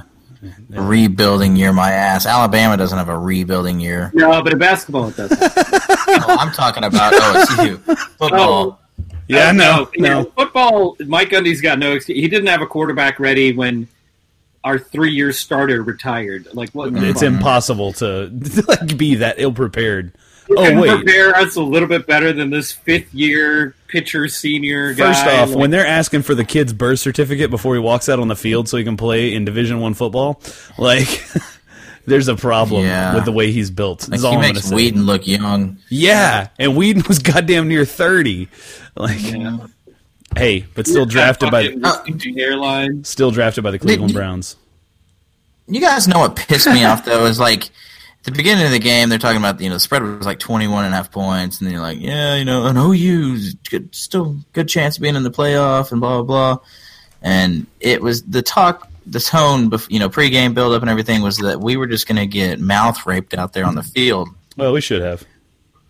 Rebuilding year, my ass. Alabama doesn't have a rebuilding year. no, but in basketball it doesn't. No, I'm talking about OSU football. Uh, yeah no You know, no football. Mike Gundy's got no. excuse. He didn't have a quarterback ready when our three-year starter retired. Like what? the it's fuck? impossible to *laughs* like be that ill prepared. Oh can wait. prepare us a little bit better than this fifth year pitcher senior guy. First off, Like, when they're asking for the kid's birth certificate before he walks out on the field so he can play in Division 1 football, like *laughs* there's a problem Yeah. with the way he's built. That's Like, all he I'm going to makes say. Wheaton look young. Yeah, and Whedon was *laughs* goddamn near 30. Like Hey, but still drafted by the, Oh. fucking airline. still drafted by the Cleveland Browns. You guys know what pissed me off though is like at the beginning of the game they're talking about you know the spread was like 21 and a half points and then you're like yeah you know an OU's good still good chance of being in the playoff and blah blah blah and it was the talk the tone bef- you know pregame build up and everything was that we were just going to get mouth raped out there on the field Well, we should have.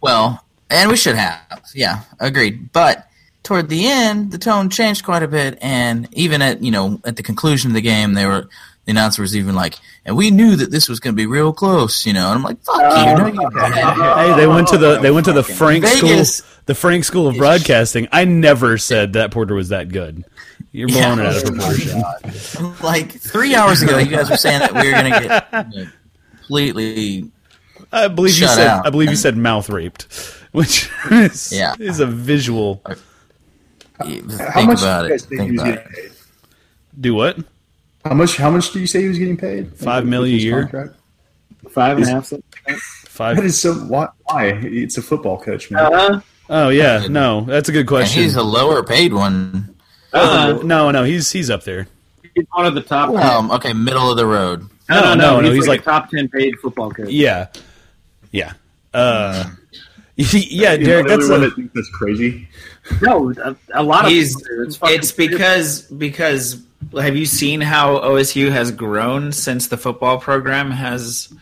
well, and we should have. Yeah, agreed. But toward the end, the tone changed quite a bit, and even at you know at the conclusion of the game, they were the announcer was even like, and we knew that this was going to be real close, you know. And I'm like, fuck Oh, you, no, you didn't. Hey, they went to the they went to the Frank Vegas- school the Frank School of Broadcasting. I never said that Porter was that good. You're blowing it out of proportion. *laughs* like three hours ago, you guys were saying that we were going to get you know, completely. I believe you Shut said out. I believe you said mouth raped, *laughs* which is, Yeah. is a visual. Think How much do you about it. guys think he Think was about getting it. paid? Do what? How much? How much do you say he was getting paid? Five million a His year. contract? Five and a half. something. That Five. is so. Why? why? It's a football coach, man. Uh, Oh yeah, no, that's a good And question. he's a lower paid one. uh, no, no, he's he's up there. he's one of the Oh, top. Um, okay, middle of the road. no, no, no, no, no, He's, he's like, like- a top ten paid football coach. Yeah, yeah, uh, *laughs* yeah, You Derek. know, the only That's one a, that thinks that's crazy. No, a, a lot of He's, people do. fucking it's because because have you seen how OSU has grown since the football program has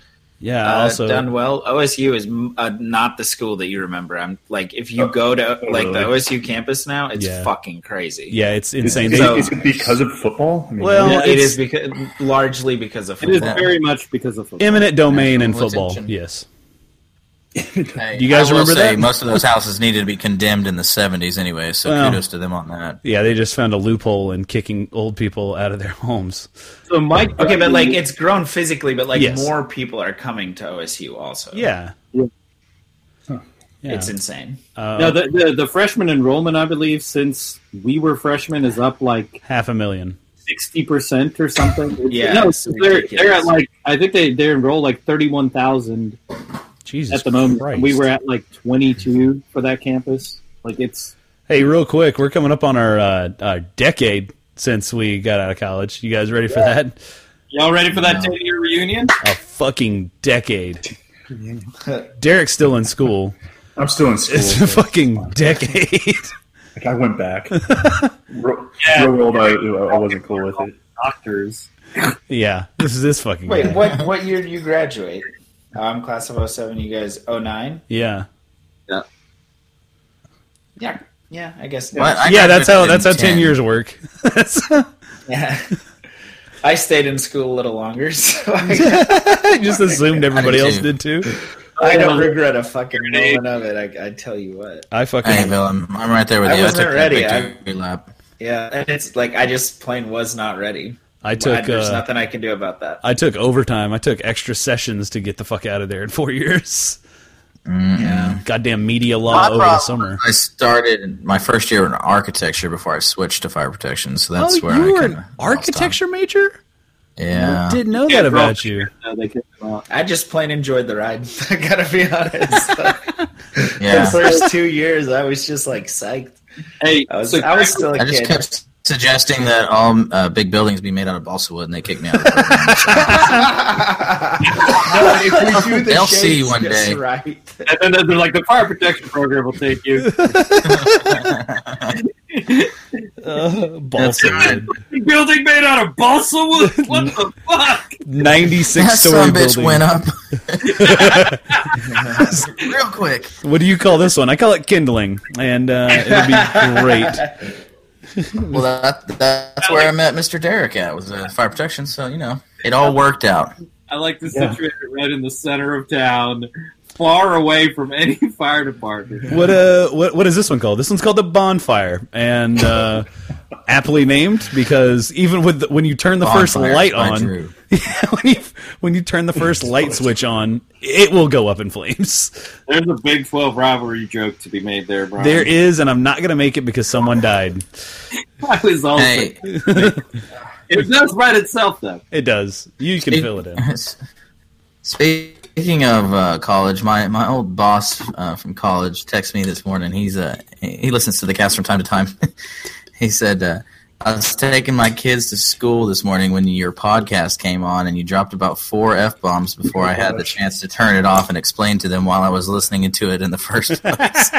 yeah. uh, also, done well? OSU is m- uh, not the school that you remember. I'm like if you go to like the really? OSU campus now, it's Oh, Yeah. fucking crazy. yeah, it's insane. Is, So- is it because of football? I mean, Well, Yeah, it it's- is because largely because of It is football. very much because of football. Eminent domain in National football. attention. Yes. Hey, Do you guys I will remember say that? Most of those houses needed to be condemned in the 70s anyway, so Well. kudos to them on that. Yeah, they just found a loophole in kicking old people out of their homes. So Mike, Okay, but like it's grown physically, but like Yes. more people are coming to OSU also. Yeah. Yeah. Yeah. It's insane. Uh, no, the, the the freshman enrollment, I believe, since we were freshmen, is up like half a million. sixty percent or something. *laughs* It's- Yeah, no, it's they're they're at ridiculous. like I think they they enroll like thirty one thousand Jesus. at the moment. Christ. We were at like 22 for that campus. Like it's Hey, real quick, we're coming up on our, uh, our decade since we got out of college. You guys ready for that? Y'all ready for that 10 year reunion? A fucking decade. Derek's still in school. I'm still in It's a school. fucking decade. *laughs* like I went back. Real, real world, I, I wasn't cool with it. Doctors. yeah, this is this fucking. Wait, guy. what what year do you graduate? I'm class of 07, you guys 09? Yeah, Yeah. Yeah, I guess. Well, I yeah. That's how that's graduated how in ten, years work. *laughs* That's- *laughs* Yeah. I stayed in school a little longer, *laughs* so I, *laughs* I just assumed everybody I else do. did too. I don't regret a fucking moment of it. I, I tell you what. I Hey, fucking Bill, I'm, I'm right there with I you. wasn't took ready. That I- victory lap. Yeah, and it's like I just plain was not ready. I I- took There's uh, nothing I can do about that. I took overtime. I took extra sessions to get the fuck out of there in four *laughs* years. Yeah. Goddamn media law My over the problem- summer. I started my first year in architecture before I switched to fire protection, so that's oh, where you I were an kinda lost architecture major? time. Yeah, Didn't know that about you. No, they couldn't. Well, I just plain enjoyed the ride. *laughs* I gotta be *laughs* honest. The yeah. first two years, I was just like psyched. hey, I was, so I was still a I just kid. *laughs* kept suggesting that all uh, big buildings be made out of balsa wood, and they kicked me out. Of the program. *laughs* No, if we do the They'll see shades one just day. Right. and then they're like, the fire protection program will take you. *laughs* Uh, balsa That's wood. Building made out of balsa wood? *laughs* What the fuck? 96 *laughs* that story son bitch building. went up *laughs* real quick. What do you call this one? I call it kindling, and uh, it'll *laughs* be great. Well, that, that's where I met Mr. Derek at was uh, fire protection. So you know, it all worked out. I like to situate it right in the center of town, far away from any *laughs* fire department. What uh, what what is this one called? This one's called the bonfire, and uh, aptly named because even with the, when you turn the first Bonfires light by on, Drew. *laughs* when you when you turn the first light switch on, it will go up in flames. There's a Big 12 rivalry joke to be made there, Brian. *laughs* There is, and I'm not gonna make it because someone died. I was Oh, also. Hey, It does right itself, though. It does. You can fill it in. *laughs* Speaking of uh, college, my, my old boss uh, from college texted me this morning. He's uh, he he listens to the cast from time to time. *laughs* he said, uh, "I was taking my kids to school this morning when your podcast came on, and you dropped about four f bombs before I had the chance to turn it off and explain to them while I was listening to it in *laughs* the first place."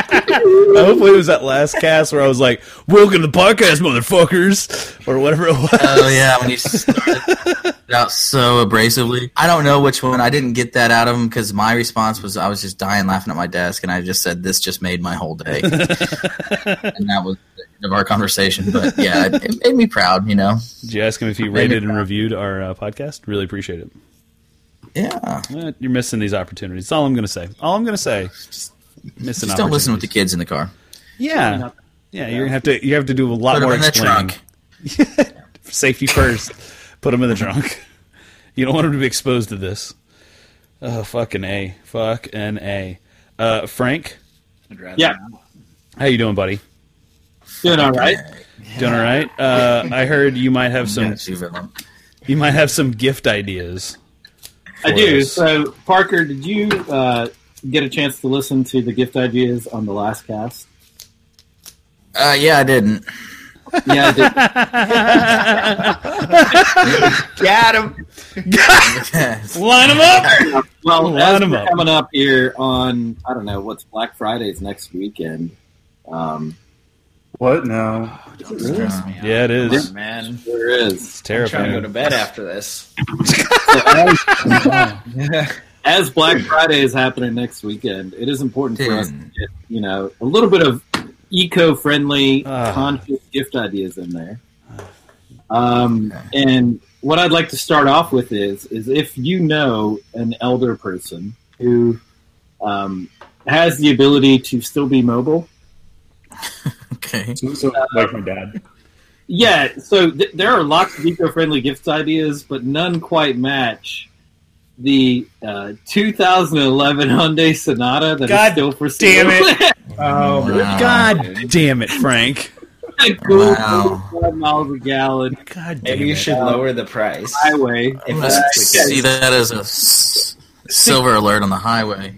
Hopefully, it was that last cast where I was like, "Welcome to the podcast, motherfuckers," or whatever it was. *laughs* oh yeah, when you started it out so abrasively. I don't know which one. I didn't get that out of him because my response was I was just dying laughing at my desk, and I just said this just made my *laughs* whole day, and that was the end of our conversation. But yeah, it, it made me proud. You know, Did you ask him if he rated and reviewed our uh, podcast? Really appreciate it. yeah. Eh, you're missing these opportunities. That's all I'm going to say. All I'm going to say. missing Just don't listen with the opportunities. kids in the car. Yeah, yeah. You're gonna have to. You have to do a lot Put them more in the explaining. trunk. Safety first. Put them in the trunk. You don't want them to be exposed to this. Oh, fucking a, fucking a. Uh, Frank, I'd rather Yeah. not. how you doing, buddy? Doing all right. Doing all right. Uh, I heard you might have some. Got you, Willem. You might have some gift ideas. I do. us. So, Parker, did you uh, get a chance to listen to the gift ideas on the last *laughs* cast? Uh, yeah, I didn't. *laughs* Yeah, I did. Got him. Line them up. Well, Line as 'em we're up. coming up here on, I don't know, what's Black Friday's next weekend. Um, What? No. Yeah, it is. Oh, man. there is. It's I'm trying to go terrifying. to bed after this. So *laughs* as, as Black Friday is happening next weekend, it is important for us to Dude. get, you know, a little bit of eco-friendly, Ah. conscious gift ideas in there. Um, and what I'd like to start off with is, is if you know an elder person who um, has the ability to still be mobile, okay. So, so, like my dad. Yeah, so th- there are lots of eco-friendly gift ideas, but none quite match the uh, 2011 Hyundai Sonata that is God still for sale. damn it! Oh, Wow. God damn it, Frank. *laughs* cool, Wow. 45 miles a gallon God damn Maybe you it. should lower the price. highway. I'm If gonna that's the see case. that as a s- silver alert on the highway.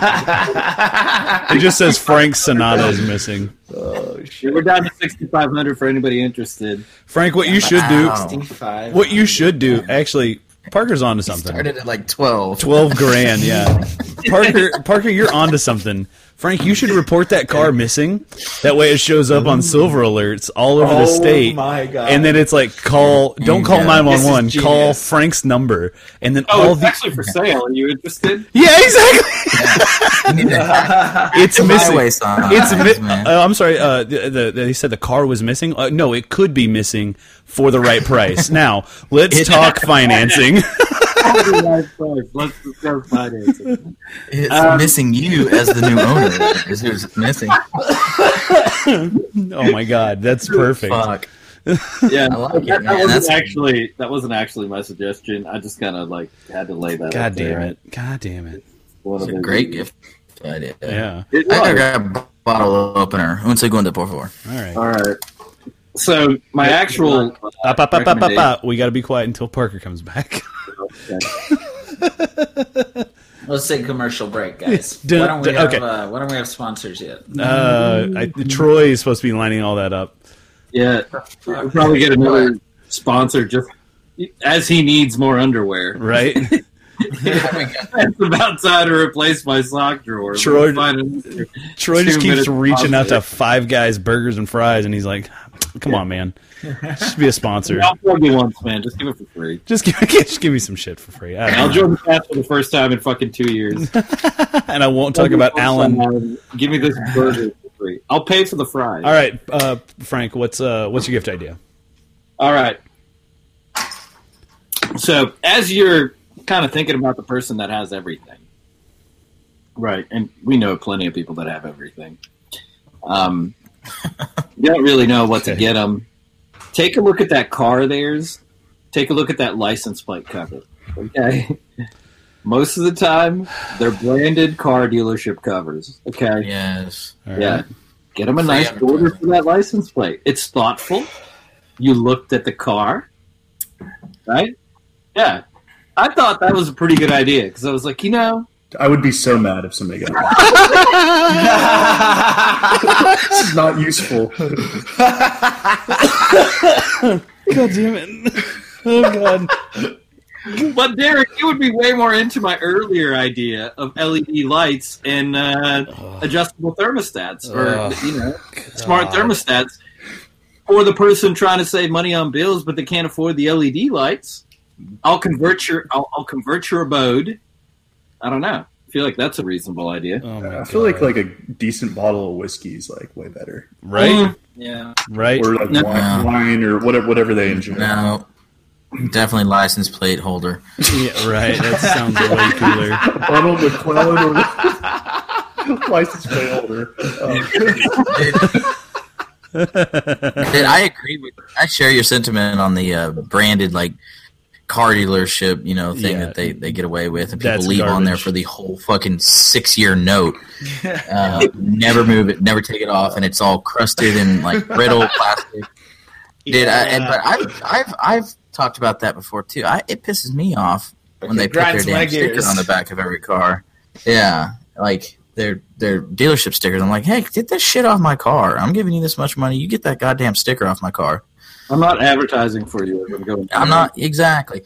*laughs* It just says Frank Sonata is missing. Yeah, we're down to 6,500 for anybody interested. Frank, what you should do, Wow. Sixty-five. Oh. what you should do, actually, Parker's onto something. Started at *laughs* like twelve. Twelve grand, yeah. Parker, Parker, you're onto something. Frank, you should report that car missing. That way, it shows up on silver alerts all over the state. Oh my God. And then it's like call. Don't call Yeah. nine one one. This is Call genius. Frank's number, and then Oh, all it's the actually for sale. Are you interested? *laughs* yeah, exactly. You need to hack It's the missing. highway signs, It's mi- man. uh, I'm sorry. Uh, the, the, they said the car was missing. Uh, no, it could be missing for the right price. Now let's talk financing. *laughs* Let's discuss financing. It's Um, missing you as the new owner. Is who's missing? oh my god, that's perfect. Fuck. Yeah, I like it, that, that man. wasn't That's- actually that wasn't actually my suggestion. I just kind of like had to lay that. God out there. damn it. God damn it. One It's of a the- great gift idea. Yeah. It I gotta was. grab a bottle opener. Un segundo, por favor. All right. All right. So my actual Up, up, up, up, up, up. We got to be quiet until Parker comes back. *laughs* Let's take a commercial break, guys. Dun- why don't we dun- have okay. uh, Why don't we have sponsors yet? Uh, I, Troy is supposed to be lining all that up. yeah, we'll probably get another sponsor just as he needs more underwear. *laughs* Right? It's about time to replace my sock drawer. Let me Troy- find another- Troy just Two keeps minutes reaching out to positive. Five Guys Burgers and Fries, and he's like, come on, man. Just be a *laughs* sponsor. I'll plug you once, man. Just give it for free. Just give, just give me *laughs* some shit for free. I *clears throat* don't I'll know. join the cast for the first time in fucking two years. *laughs* And I won't talk about Alan. All Give me this burger for free. I'll pay for the fries. right, uh, Frank, what's uh, what's your gift idea? All right. So as you're kind of thinking about the person that has everything, right? And we know plenty of people that have everything. Um, you don't really know what to get them. Take a look at that car of theirs. Take a look at that license plate cover. Okay. *laughs* Most of the time, they're branded car dealership covers. Okay. Yes. All right. Yeah. Get him a Free nice advertising. order for that license plate. It's thoughtful. You looked at the car, right? Yeah. I thought that was a pretty good idea because I was like, you know, I would be so mad if somebody got that. This is not useful. *laughs* God damn it. *laughs* Oh, God. but Derek, you would be way more into my earlier idea of LED lights and uh, adjustable thermostats or, Ugh. you know, smart thermostats for the person trying to save money on bills but they can't afford the LED lights. I'll convert your I'll, I'll convert your abode. I don't know. I feel like that's a reasonable idea. Oh, my I God. feel like like a decent bottle of whiskey is like way better, Right? mm. Yeah. Right? or like No. wine, wine or whatever whatever they enjoy. No. Definitely license plate holder. *laughs* Yeah, right. That sounds *laughs* way cooler. Ronald McClellan or license plate holder. Um, Dude, I agree with. I share your sentiment on the uh, branded like car dealership, you know, thing Yeah. that they, they get away with, and people That's leave on there garbage. for the whole fucking six year note. Uh, never move it, never take it off, and it's all crusted and like brittle plastic. Dude, I, and, but I've I've I've talked about that before too. I, it pisses me off when Okay, they put their grinds my damn sticker gears. on the back of every car. Yeah, like their their dealership stickers. I'm like, hey, get this shit off my car. I'm giving you this much money. You get that goddamn sticker off my car. I'm not advertising for you. as I'm going. I'm not exactly.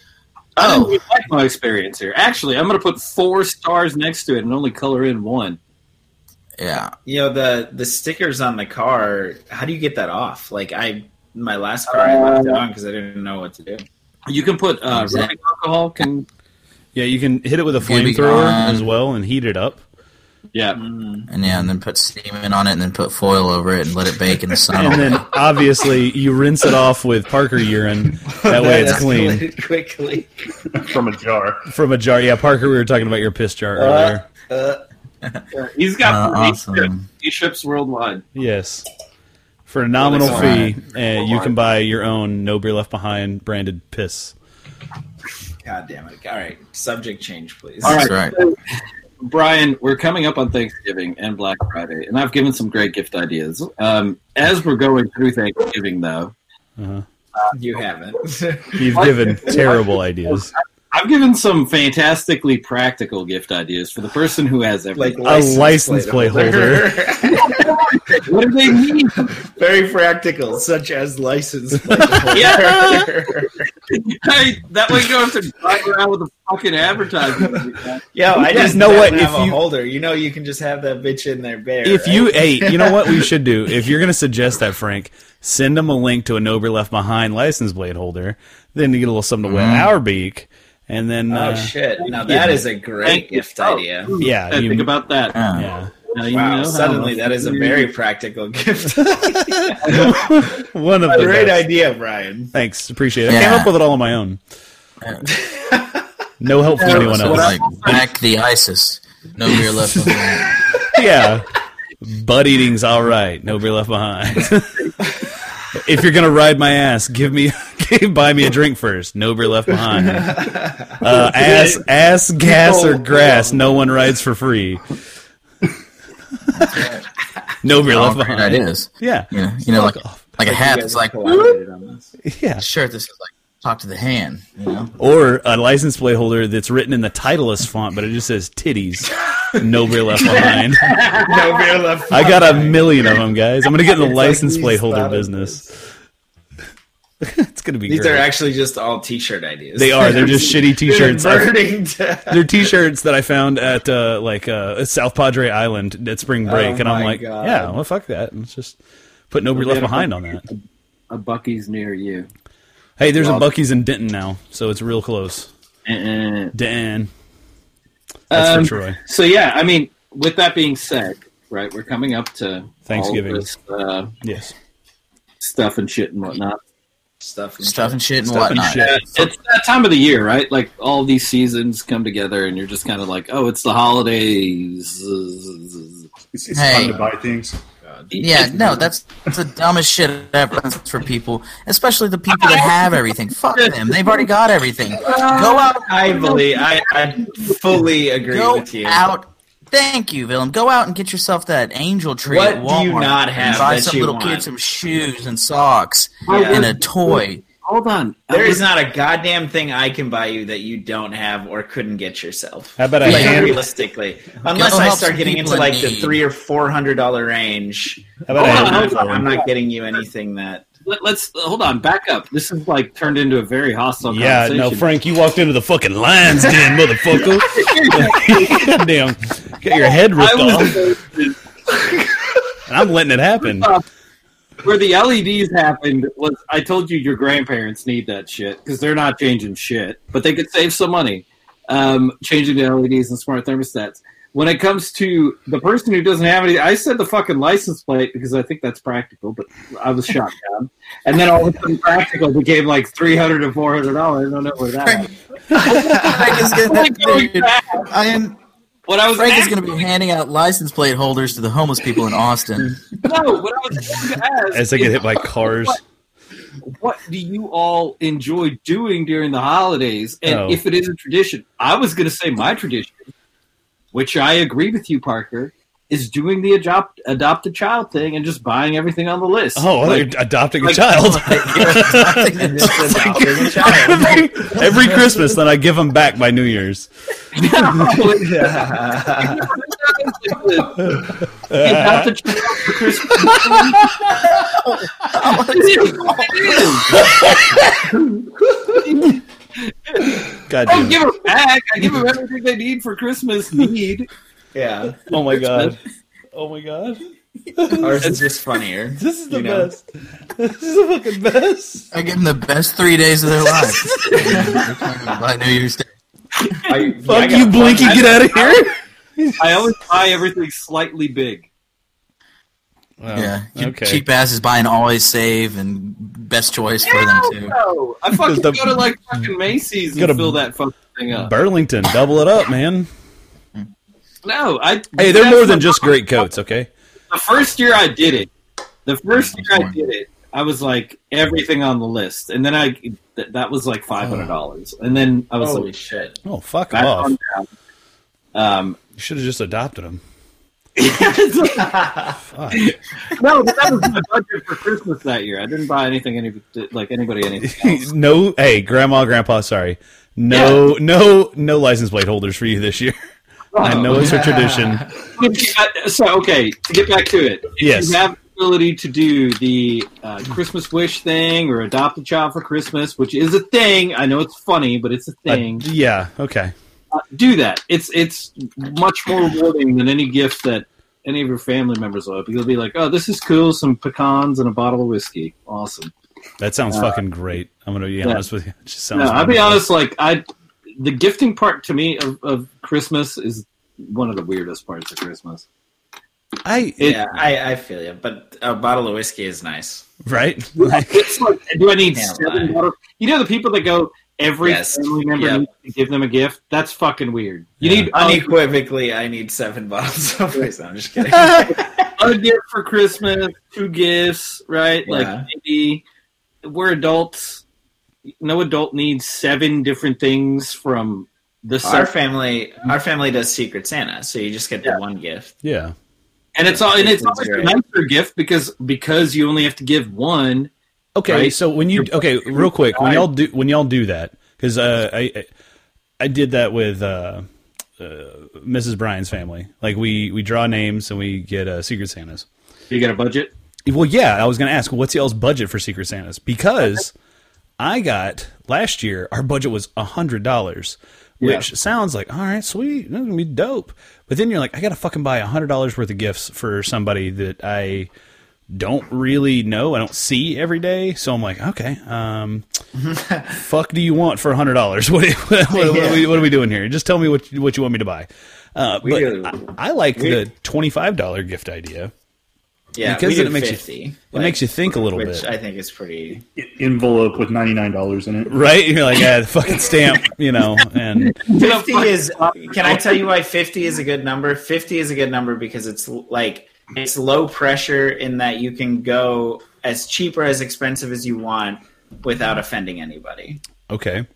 I Oh, didn't really like my experience here. Actually, I'm going to put four stars next to it and only color in one. yeah. You know the the stickers on the car. How do you get that off? Like I, my last car, I left Uh, it on because I didn't know what to do. You can put uh, Exactly. rubbing alcohol. Can Yeah, you can hit it with a Goody flamethrower on. as well and heat it up. yeah. Hmm. And yeah, and then put semen on it and then put foil over it and let it bake in the sun. *laughs* all And then day. obviously you rinse it off with Parker urine. That way *laughs* it's clean. Escalated Quickly. *laughs* from a jar. From a jar. Yeah, Parker, we were talking about your piss jar earlier. Uh, He's Uh, got three ships. awesome. Three ships worldwide. Yes. For a nominal Well, fee, it's uh, you can buy your own No Beer Left Behind branded piss. God damn it! All right, subject change, please. All That's right. right. Brian, we're coming up on Thanksgiving and Black Friday, and I've given some great gift ideas. Um, as we're going through Thanksgiving, though, Uh-huh. You haven't. *laughs* You've given terrible ideas. I I've given some fantastically practical gift ideas for the person who has everything. Like A license plate holder. what do they mean? *laughs* *laughs* Very practical, such as *laughs* license plate holder. *laughs* Hey, that way you don't have to drive around with a fucking advertisement. Yo, I guys just know know what, what if have a you- holder. You know, you can just have that bitch in there bare. If right? you, hey, you know what we should do? If you're going to suggest that, Frank, send them a link to a Nober Left Behind license blade holder. Then you get a little something to wet our beak, and then oh uh, shit, now that is a great Thank you. gift idea. yeah, Hey, you- think about that. yeah. Now you Wow, know how suddenly much- that is a very practical *laughs* gift. One of the great best. idea, Brian. Thanks, appreciate it. I Yeah. came up with it all on my own. No help from anyone So, else. like, back the ISIS. *laughs* No beer left behind. yeah. Butt eating's all right. Nobody left behind. *laughs* if you're gonna ride my ass, give me, *laughs* buy me a drink first. Nobody left behind. Uh, ass, ass, gas, or grass. No one rides for free. *laughs* Nobody All Oh, left great behind. ideas. Yeah, You know, you know like, like a hat that's like collaborated on this. yeah. a shirt that's like talk to the hand. You know, Or a license plate holder that's written in the Titleist font, but it just says titties. Nobody left behind. No beer left. I got a million of them, guys. I'm gonna get in the It's like license these plate holder platters. business. *laughs* it's gonna be These great. are actually just all T-shirt ideas. they are. They're *laughs* just shitty T-shirts. I- Converting to They're T-shirts that I found at uh, like uh, South Padre Island at spring break, Oh and I'm my like, God. yeah, well, fuck that. Let's just put nobody left behind on that. a Bucky's near you. Hey, there's a Bucky's in Denton now, so it's real close. Uh-uh. Denton. That's Um, for Troy. So yeah, I mean, with that being said, right, we're coming up to all of Thanksgiving. this, uh, Yes. stuff and shit and whatnot. stuff. and stuff and shit and Stuff and whatnot. shit. It's that time of the year, right? Like all these seasons come together, and you're just kind of like, oh, it's the holidays. It's, it's Hey. fun to buy things. Yeah, no, that's, that's the dumbest shit ever That's for people, especially the people that have everything. Fuck them; they've already got everything. Go out, I believe I, I fully agree go with you. out. Thank you, Willem. Go out and get yourself that angel tree What at do Walmart. you not and have buy that some you little want? kid some shoes and socks Yeah. and a toy. Hold on, Uh, There is not a goddamn thing I can buy you that you don't have or couldn't get yourself. How about a Like hand? realistically, unless Go I help start some getting people into in like the need. three or four hundred dollar range, How about a Hold on, hand? hold on. Oh, I'm not getting you anything *laughs* that. Let, us hold on, back up. This is like turned into a very hostile. Yeah, no, conversation. Frank, you walked into the fucking lion's den, motherfucker. *laughs* Goddamn, got your head ripped I was- off, and I'm letting it happen. where the LEDs happened was I told you your grandparents need that shit because they're not changing shit, but they could save some money um, changing the LEDs and smart thermostats. When it comes to the person who doesn't have any, I said the fucking license plate because I think that's practical, but I was shot down. And then all of a sudden, practical became like three hundred to four hundred dollars. I don't know where that. Frank is *laughs* gonna, dude, I am. What I was Frank is asking, going to be handing out license plate holders to the homeless people in Austin. no, what I was going to ask As I is- get hit by cars, what do you all enjoy doing during the holidays? And Oh. if it is a tradition, I was going to say my tradition, which I agree with you, Parker, is doing the adopt adopt a child thing and just buying everything on the list. oh, well, Like, *laughs* you're *laughs* adopting a *laughs* like- child. That's every, every Christmas, then I give them back by New Year's. *laughs* adopt a child for Christmas. God damn. I don't it. give them back. I give them everything they need for Christmas. Need Yeah, Oh my god. Oh my god. *laughs* ours is just funnier. This is the You know? best. *laughs* This is the fucking best. I give them the best three days *laughs* of their life. By New Year's Day. I, yeah, I Fuck got you, a Blinky. bunch. Get out of here. I always buy everything slightly big. yeah. Your Oh, okay. Cheap ass is buying Always Save and Best Choice for them, too. No, *laughs* I fucking the- go to like fucking Macy's Go and to fill that fucking thing up. Burlington, double it up, man. No, I. Hey, they're that's more than the- just great coats, okay? the first year I did it. The first year I did it, I was like everything on the list, and then I th- that was like five hundred dollars, and then I was Holy like *laughs* shit! Uh. Oh, fuck back off. on down. *laughs* Um, You should have just adopted them. *laughs* Fuck. no, but that was my budget for Christmas that year. I didn't buy anything any like anybody anything. Else. no, hey, grandma, grandpa, sorry. No, no, no license plate holders for you this year. *laughs* I know it's a *laughs* tradition. uh, so okay, to get back to it, if Yes. you have the ability to do the uh, Christmas wish thing or adopt a child for Christmas, which is a thing. I know it's funny, but it's a Uh, thing. yeah. Okay. Uh, do that. It's it's much more rewarding than any gift that any of your family members will. You'll be like, oh, this is cool. Some pecans and a bottle of whiskey. Awesome. That sounds fucking great. I'm gonna be honest with you. It just sounds. Uh, No, I'll be wonderful. honest. Like I, the gifting part to me of, of Christmas is one of the weirdest parts of Christmas. I It- yeah, I, I feel you. But a bottle of whiskey is nice. right. It's like, *laughs* do I need Can't seven lie. bottles? You know the people that go every Yes. family member Yep. needs to give them a gift. That's fucking weird. You Yeah. need a, Unequivocally, I need seven *laughs* bottles of whiskey. I'm just *laughs* kidding. *laughs* a gift for Christmas, two gifts, right? Yeah. Like maybe we're adults. No adult needs seven different things from the our sun, family, our family does Secret Santa, so you just get the one gift. Yeah. and it's all and it's That's always a great. nicer gift because because you only have to give one. Okay, right? so when you okay, real quick, when y'all do when y'all do that, because uh, I I- I did that with uh, uh, Mrs. Bryan's family. Like we we draw names and we get uh, Secret Santas. You got a budget? Well, yeah, I was going to ask, what's y'all's budget for Secret Santas? Because I got last year, our budget was hundred dollars, which sounds like all right, sweet, that's gonna be dope. But then you're like, I got to fucking buy hundred dollars worth of gifts for somebody that I don't really know, I don't see every day. So I'm like, okay, *laughs* um, fuck, do you want for hundred dollars? *laughs* What, what, what, are we, what are we doing here? Just tell me what you- what you want me to buy. Uh, but do- I, I like the twenty five dollar gift idea. Yeah, Because we then do it makes you- 50, it makes you think a little which bit. I think is pretty. Envelope with ninety nine dollars in it. right? You're like, yeah, the fucking stamp, you know, and Fifty is. Can I tell you why fifty is a good number? Fifty is a good number because it's l- like it's low pressure in that you can go as cheap or as expensive as you want without offending anybody. okay,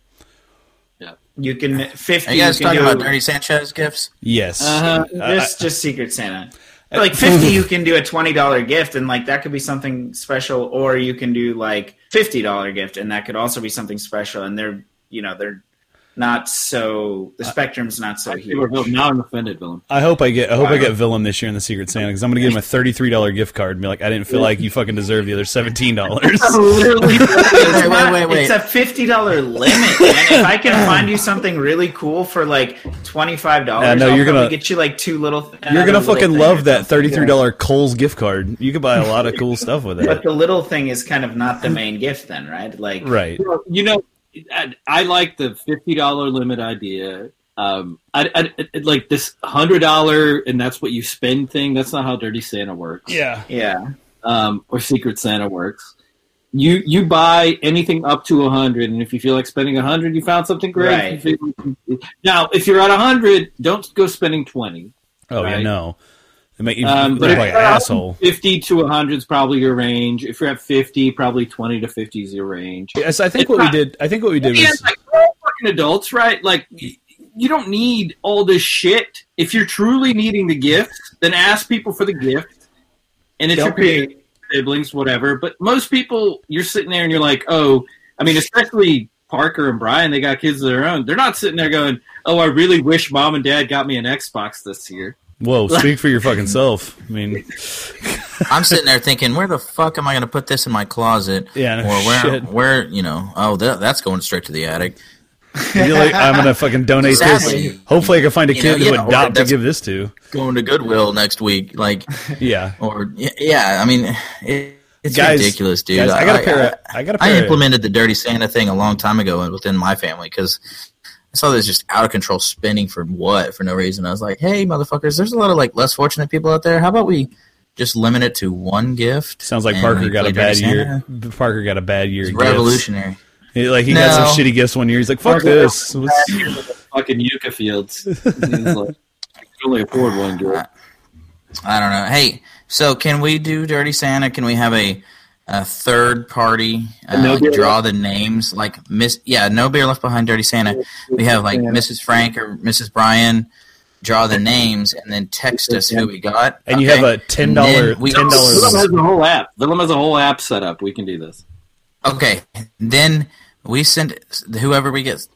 You can fifty. Are you guys you can talking go- about Dirty Sanchez gifts? yes, Uh-huh. Uh, This just Secret Santa. Like *laughs* fifty, you can do a twenty dollar gift, and like that could be something special, or you can do like fifty dollar gift, and that could also be something special. And they're you know they're not so Uh, the spectrum's not so You were huge. *laughs* built- Now I'm offended, Willem. I hope I get I hope I get Villain this year in the Secret Santa because I'm gonna give him a thirty three dollar gift card and be like, I didn't feel like you fucking deserve the other seventeen *laughs* dollars. Oh, Wait, wait, wait, wait. It's a fifty dollar limit, man. *laughs* If I can find you something really cool for like twenty five dollars, Yeah, no, I'll you're probably gonna- get you like two little. You're another gonna little fucking thing or love that something. thirty three dollar Kohl's gift card. You could buy a lot of cool stuff with But that, the little thing is kind of not the main gift, then, right? Like, right? You know, I, I like the fifty dollar limit idea. Um, I, I- I- like this hundred dollar and that's what you spend thing. That's not how Dirty Santa works. Yeah, Yeah, Um, or Secret Santa works. You you buy anything up to a hundred, and if you feel like spending a hundred, you found something great. Right. You feel- Now, if you're at a hundred, don't go spending twenty. oh yeah, Right. no, it make you Um, look like an asshole. 50 to 100 is probably your range. If you're at 50, probably 20 to 50 is your range. Yes, I think what we did. I think what we did Yeah, was like we're all fucking adults, right? Like y- you don't need all this shit. If you're truly needing the gift, then ask people for the gift. And it's your Don't be- parents, siblings, whatever. But most people, you're sitting there and you're like, oh, I mean, especially Parker and Brian, they got kids of their own. They're not sitting there going, oh, I really wish mom and dad got me an Xbox this year. whoa. Speak for your fucking self. I mean, I'm sitting there thinking, where the fuck am I going to put this in *laughs* my closet? Yeah, no or where, Oh, shit. where, you know, oh, that, that's going straight to the attic. you're like, I'm *laughs* gonna fucking donate this. Exactly. Hopefully, I can find a You kid know, yeah, to or adopt to that's- give this to. Going to Goodwill next week, like, Yeah, or y- yeah, I mean, it, it's Guys- ridiculous, dude. Guys, I got a pair. I- of, I got a I pair. implemented the Dirty Santa thing a long time ago within my family because I saw this just out of control spending for what for no reason. I was like, hey, motherfuckers, there's a lot of like less fortunate people out there. How about we just limit it to one gift? Sounds like and Parker we got play a bad Dirty year. Santa? *laughs* Parker got a bad year. It's of revolutionary. gifts. He- Like he got some No. shitty gifts one year. He's like, "Fuck Parker- this." It was- Fucking Yucca Fields. It's like, I can only afford one girl. I don't know. Hey, so can we do Dirty Santa? Can we have a, a third party uh, No Beer draw the names like Miss? Yeah, no beer left behind. Dirty Santa. We have like Mrs. Frank or Mrs. Brian draw the names and then text us who we got. and you Okay? have a ten dollar, And then we- ten Willem *laughs* dollars. has a whole app. Willem has a whole app set up. We can do this. Okay, then we send whoever we get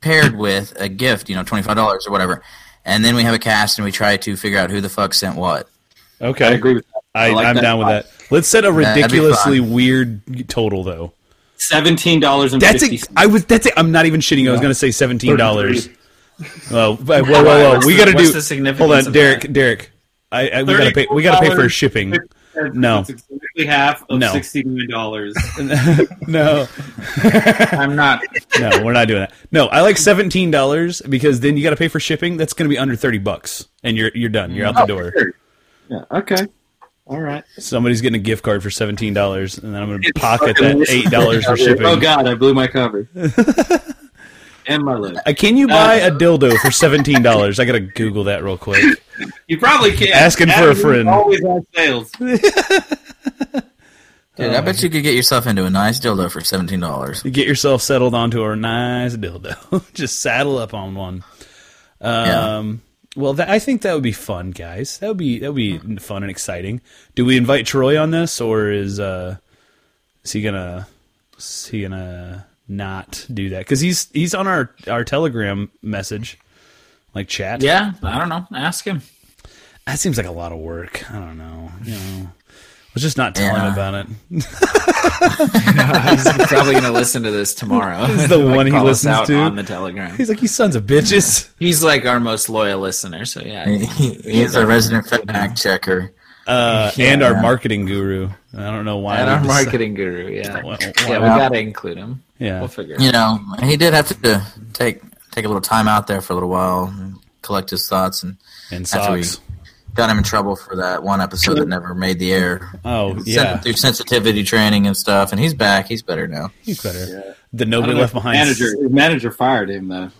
paired with a gift, you know, twenty five dollars or whatever, and then we have a cast and we try to figure out who the fuck sent what. Okay, I agree with that. I, like I'm down with that. Let's set a that'd be ridiculously fun. weird total though. Seventeen dollars and That's fifty. a, I was that's it. I'm not even shitting. I was going to say seventeen dollars. *laughs* Oh, whoa, whoa, whoa! What's we the- got to what's do. the significance hold on, of Derek. that? Derek, I, I we got to pay. We got to pay for shipping. No. It's exactly half of No. sixty-nine *laughs* dollars. no, I'm not. no, we're not doing that. No, I like seventeen dollars because then you got to pay for shipping. That's going to be under thirty bucks, and you're you're done. You're out the door. Yeah, okay. All right. Somebody's getting a gift card for seventeen dollars, and then I'm going to pocket that eight dollars for shipping. *laughs* Oh God, I blew *laughs* my cover. and my lid. Uh, Can you buy a dildo for seventeen dollars? I gotta Google that real quick. You probably can't. Asking for a Adam friend. Always on sales. Dude, Oh, I bet you could get yourself into a nice dildo for seventeen dollars. Get yourself settled onto a nice dildo. *laughs* Just saddle up on one. Um, Well, that, I think that would be fun, guys. That would be that would be fun and exciting. Do we invite Troy on this, or is uh, is he gonna is he gonna not do that? Because he's he's on our our Telegram message, like chat. Yeah, I don't know. Ask him. that seems like a lot of work. I don't know. You know, let's just not tell him Yeah. about it. He's probably going to listen to this tomorrow. This is *laughs* the one he call us listens out to. on the Telegram. He's like, you sons of bitches. He's like our most loyal listener. So yeah, He's a resident fact checker. *laughs* *laughs* Uh, And our marketing guru. I don't know why. and we our decided- marketing guru. Yeah, Why- yeah, we why- got to include him. *laughs* yeah. We'll figure. it You know, he did have to take take a little time out there for a little while, and collect his thoughts, and And that's where socks. we got him in trouble for that one episode that never made the air. Oh, Sent him yeah. through sensitivity training and stuff, and he's back. He's better now. He's better. The nobody left behind. Manager, his manager fired him though.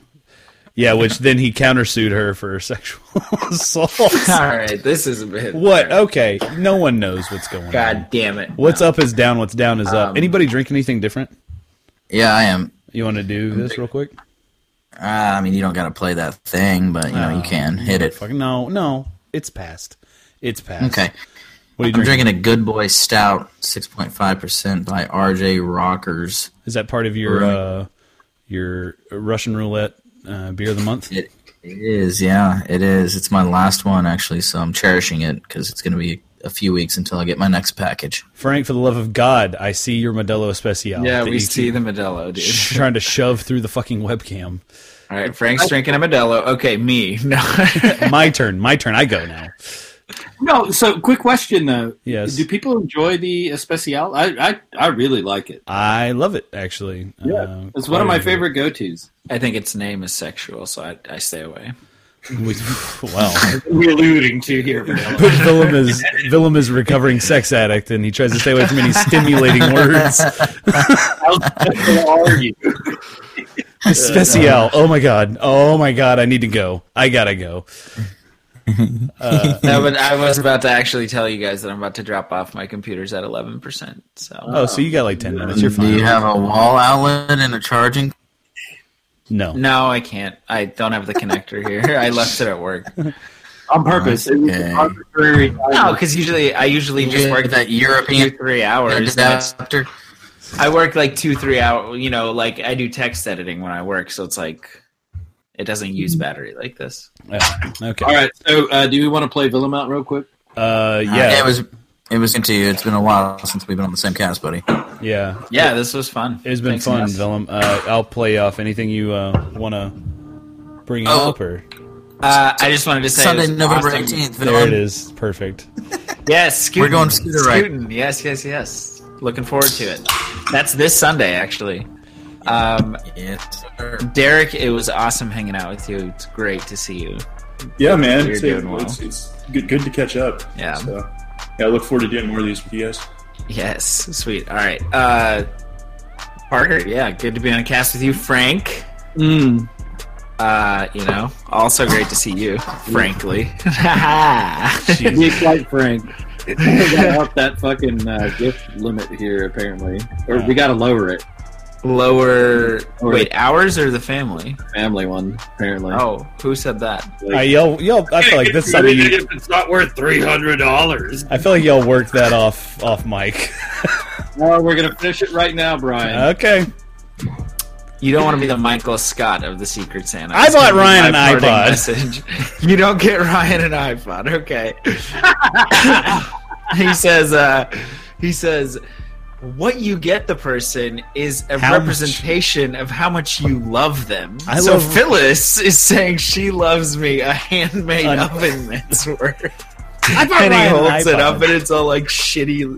Yeah, which then he countersued her for sexual *laughs* assault. out. All right, this is a bit. what? Okay. No one knows what's going on. God damn it! What's up is down. What's down is up. Um, Anybody drink anything different? Yeah, I am. You want to do this real quick? Uh, I mean, you don't got to play that thing, but you know Ah, you can hit it. Fucking no, no. It's past. It's past. Okay, What are you I'm drinking? drinking a Good Boy Stout, six point five percent by RJ Rockers. Is that part of your Right. uh, your Russian roulette uh, beer of the month? It it is, yeah, it is. It's my last one actually, so I'm cherishing it because it's going to be a few weeks until I get my next package. Frank, for the love of God, I see your Modelo Especial. Yeah, that we you see keep the Modelo, dude. trying to shove through the fucking webcam. All right, Frank's drinking a Modelo. Okay, me. *laughs* No, I My turn. My turn. I go now. No, so quick question though. Yes. Do people enjoy the especial? I I, I really like it. I love it actually. Uh, Yeah, It's one of my favorite go tos. think its name is sexual, so I, I stay away. *laughs* well, We're alluding to here. Vanilla. but Willem is Willem is a recovering sex addict, and he tries to stay away from any stimulating words. How sexual are *laughs* you? Especial. Oh my god. Oh my god. I need to go. I gotta go. No, but I was about to actually tell you guys that I'm about to drop off my computers at 11%. So Oh, so you got like ten minutes. You're Do you fine. have a wall outlet and a charging? No. no, I can't. I don't have the connector here. *laughs* I left it at work. On purpose. It was an Okay. arbitrary. No, because usually I usually just work that two European three hours. That's- adapter. I work like two three hour. You know, like I do text editing when I work, so it's like it doesn't use battery like this. Yeah. Okay. All right, so uh, do we want to play Villamount real quick? Uh, Yeah, yeah, it was. It was into you. It's been a while since we've been on the same cast, buddy. yeah. Yeah, this was fun. It's been Thanks, fun, guys. Willem. Uh, I'll play off anything you uh, want to bring Oh. up, or Uh, I just wanted to say it Sunday, was November awesome. eighteenth. there it is, perfect. Yes, scootin'. We're going scooter ride. Scootin', Yes, yes, yes. Looking forward to it. That's this Sunday, actually. Um, Yes, sir. Derek, it was awesome hanging out with you. It's great to see you. Yeah, man. You're It's, doing well. it's, it's good, good to catch up. Yeah. So, yeah, I look forward to doing more of these with you guys. Yes, sweet. All right, uh, Parker. Yeah, good to be on a cast with you, Frank. Mm. Uh, you know, also great to see you, frankly. *laughs* Be quite frank. we got up that fucking uh, gift limit here, apparently, or we got to lower it. Lower. Wait, ours or the family? Family one, apparently. Oh, who said that? I y'all, y'all, I feel like *laughs* this is If something. You, it's not worth three hundred dollars. I feel like y'all worked that off *laughs* off mic. Uh. No, we're gonna finish it right now, Brian. okay. You don't want to be the Michael Scott of the Secret Santa. I That's bought gonna be Ryan my an parting iPod. message. *laughs* You don't get Ryan an iPod. Okay. *laughs* he says. Uh, he says. What you get the person is a How much- representation of how much you love them. I so love- Phyllis is saying she loves me a handmade An- oven mitts worth. I bought and he Ryan an holds it up iPod. and it's all like shitty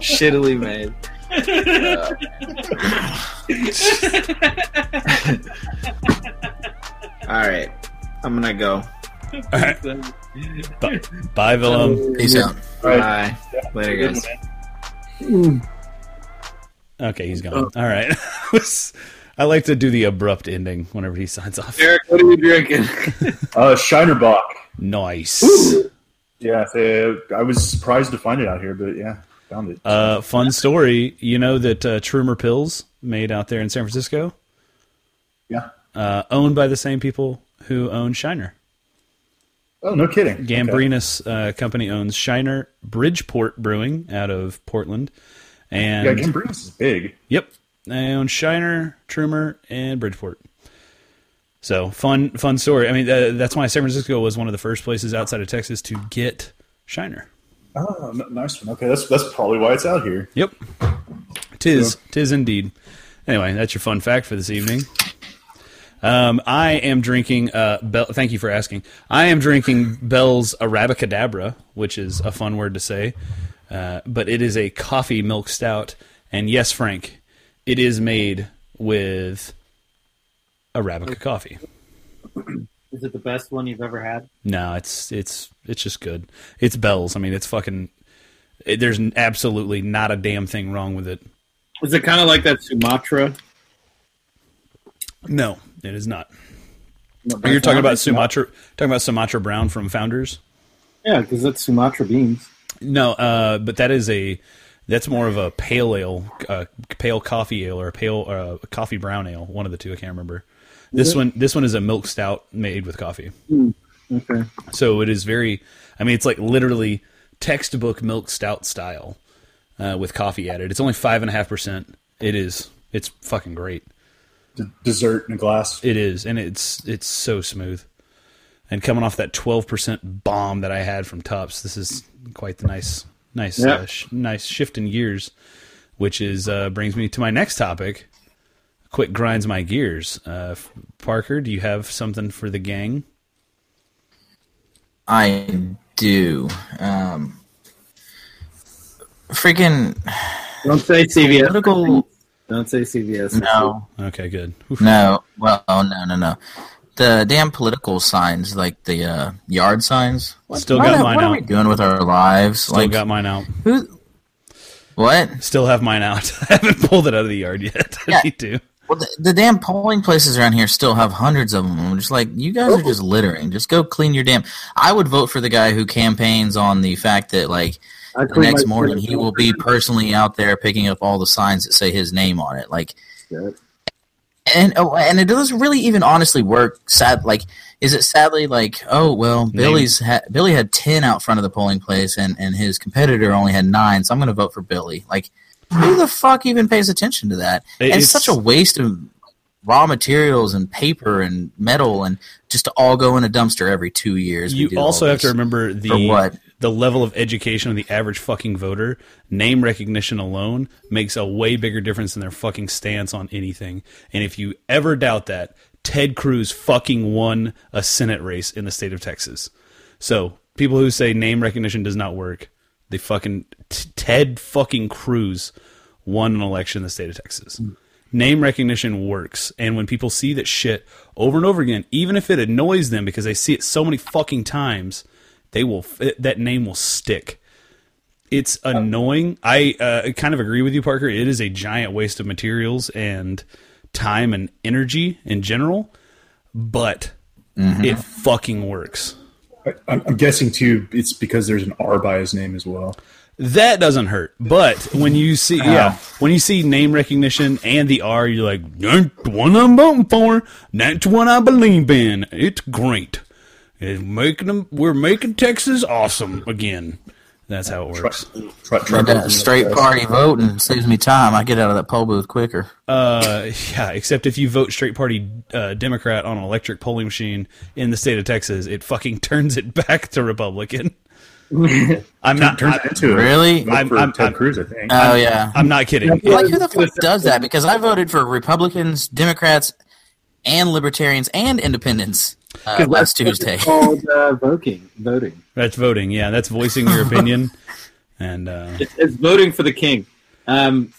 shittily made. *laughs* all right. I'm gonna go. Bye, Willem. Um, Peace out. All right. Bye. Later, Good one, guys. man. Okay, he's gone. uh, All right. *laughs* I like to do the abrupt ending whenever he signs off. Eric, what are you drinking? Uh, Shinerbach. Nice. Yeah, they, I was surprised to find it out here, but yeah, found it. Uh, fun story. You know that uh, Trumer Pills made out there in San Francisco, yeah. uh, owned by the same people who own Shiner. Oh, no kidding. Okay. Gambrinus uh, company owns Shiner Bridgeport Brewing out of Portland, Yeah, and Gambrinus is big. yep, they own Shiner, Trumer, and Bridgeport. So fun, fun story. I mean, uh, that's why San Francisco was one of the first places outside of Texas to get Shiner. Oh, n- nice one. Okay, that's that's probably why it's out here. Yep, tis tis indeed. Anyway, that's your fun fact for this evening. Um, I am drinking. Uh, Bell, thank you for asking. I am drinking Bell's Arabicadabra, which is a fun word to say, uh, but it is a coffee milk stout. And yes, Frank, it is made with Arabica coffee. Is it the best one you've ever had? No, it's it's it's just good. It's Bell's. I mean, it's fucking. It, there's absolutely not a damn thing wrong with it. Is it kind of like that Sumatra? No, it is not. You're talking about Sumatra, talking about Sumatra Brown from Founders. Yeah, because that's Sumatra beans. No, uh, but that is a that's more of a pale ale, uh, pale coffee ale, or a pale uh, coffee brown ale. One of the two, I can't remember. This one, this one is a milk stout made with coffee. Okay. So it is very. I mean, it's like literally textbook milk stout style uh, with coffee added. It's only five and a half percent. It is. It's fucking great. D- dessert in a glass. It is, and it's it's so smooth. And coming off that twelve percent bomb that I had from Tops, this is quite the nice, nice, Yeah. uh, sh- nice shift in gears, which is uh, brings me to my next topic. Quick grinds my gears. Uh, f- Parker, do you have something for the gang? I do. Um, freaking Don't say CVS. political. Don't say CVS. No, Okay, good. Oof. No, well, no, no, no. The damn political signs, like the uh, yard signs. What, Still what got are- mine What are out. we doing with our lives? Still like got mine out. who? What? Still have mine out. *laughs* I haven't pulled it out of the yard yet. *laughs* I Yeah. need to. Well, the, the damn polling places around here still have hundreds of them. I'm just like, you guys are just littering. Just go clean your damn. I would vote for the guy who campaigns on the fact that like I the next morning he will be personally out there picking up all the signs that say his name on it. Like, and oh, and it doesn't really even honestly work. Sad, like, is it sadly like, oh well, Billy's ha- Billy had ten out front of the polling place, and and his competitor only had nine, so I'm going to vote for Billy. Like, who the fuck even pays attention to that? It- And it's it's- such a waste of raw materials and paper and metal and just to all go in a dumpster every two years. We You do all also have to this. remember the For what? the level of education of the average fucking voter. Name recognition alone makes a way bigger difference than their fucking stance on anything. And if you ever doubt that, Ted Cruz fucking won a Senate race in the state of Texas. So people who say name recognition does not work, they fucking t- Ted fucking Cruz won an election in the state of Texas. Name recognition works, and when people see that shit over and over again, even if it annoys them because they see it so many fucking times, they will it, that name will stick. It's annoying. I uh, kind of agree with you, Parker. It is a giant waste of materials and time and energy in general, but it fucking works. I, I'm, I'm guessing too. It's because there's an R by his name as well. That doesn't hurt, but when you see yeah, when you see name recognition and the R, you're like, that's the one I'm voting for. That's the one I believe in. It's great. It's making them. We're making Texas awesome again. That's how it works. Try, try But both that of straight them. party voting saves me time. I get out of that poll booth quicker. Uh, yeah, except if you vote straight party uh, Democrat on an electric polling machine in the state of Texas, it fucking *laughs* turns it back to Republican. I'm not. Turns I, it into a- Really? vote I'm- for I'm- Ted I'm- Cruz, I think. Oh yeah. I'm not kidding. Like who the fuck does that? Because I voted for Republicans, Democrats, and Libertarians and Independents uh, last *laughs* Tuesday. It's called uh, voting. Voting. That's voting. Yeah, that's voicing your opinion. And uh, It's, it's voting for the king. *laughs* Um,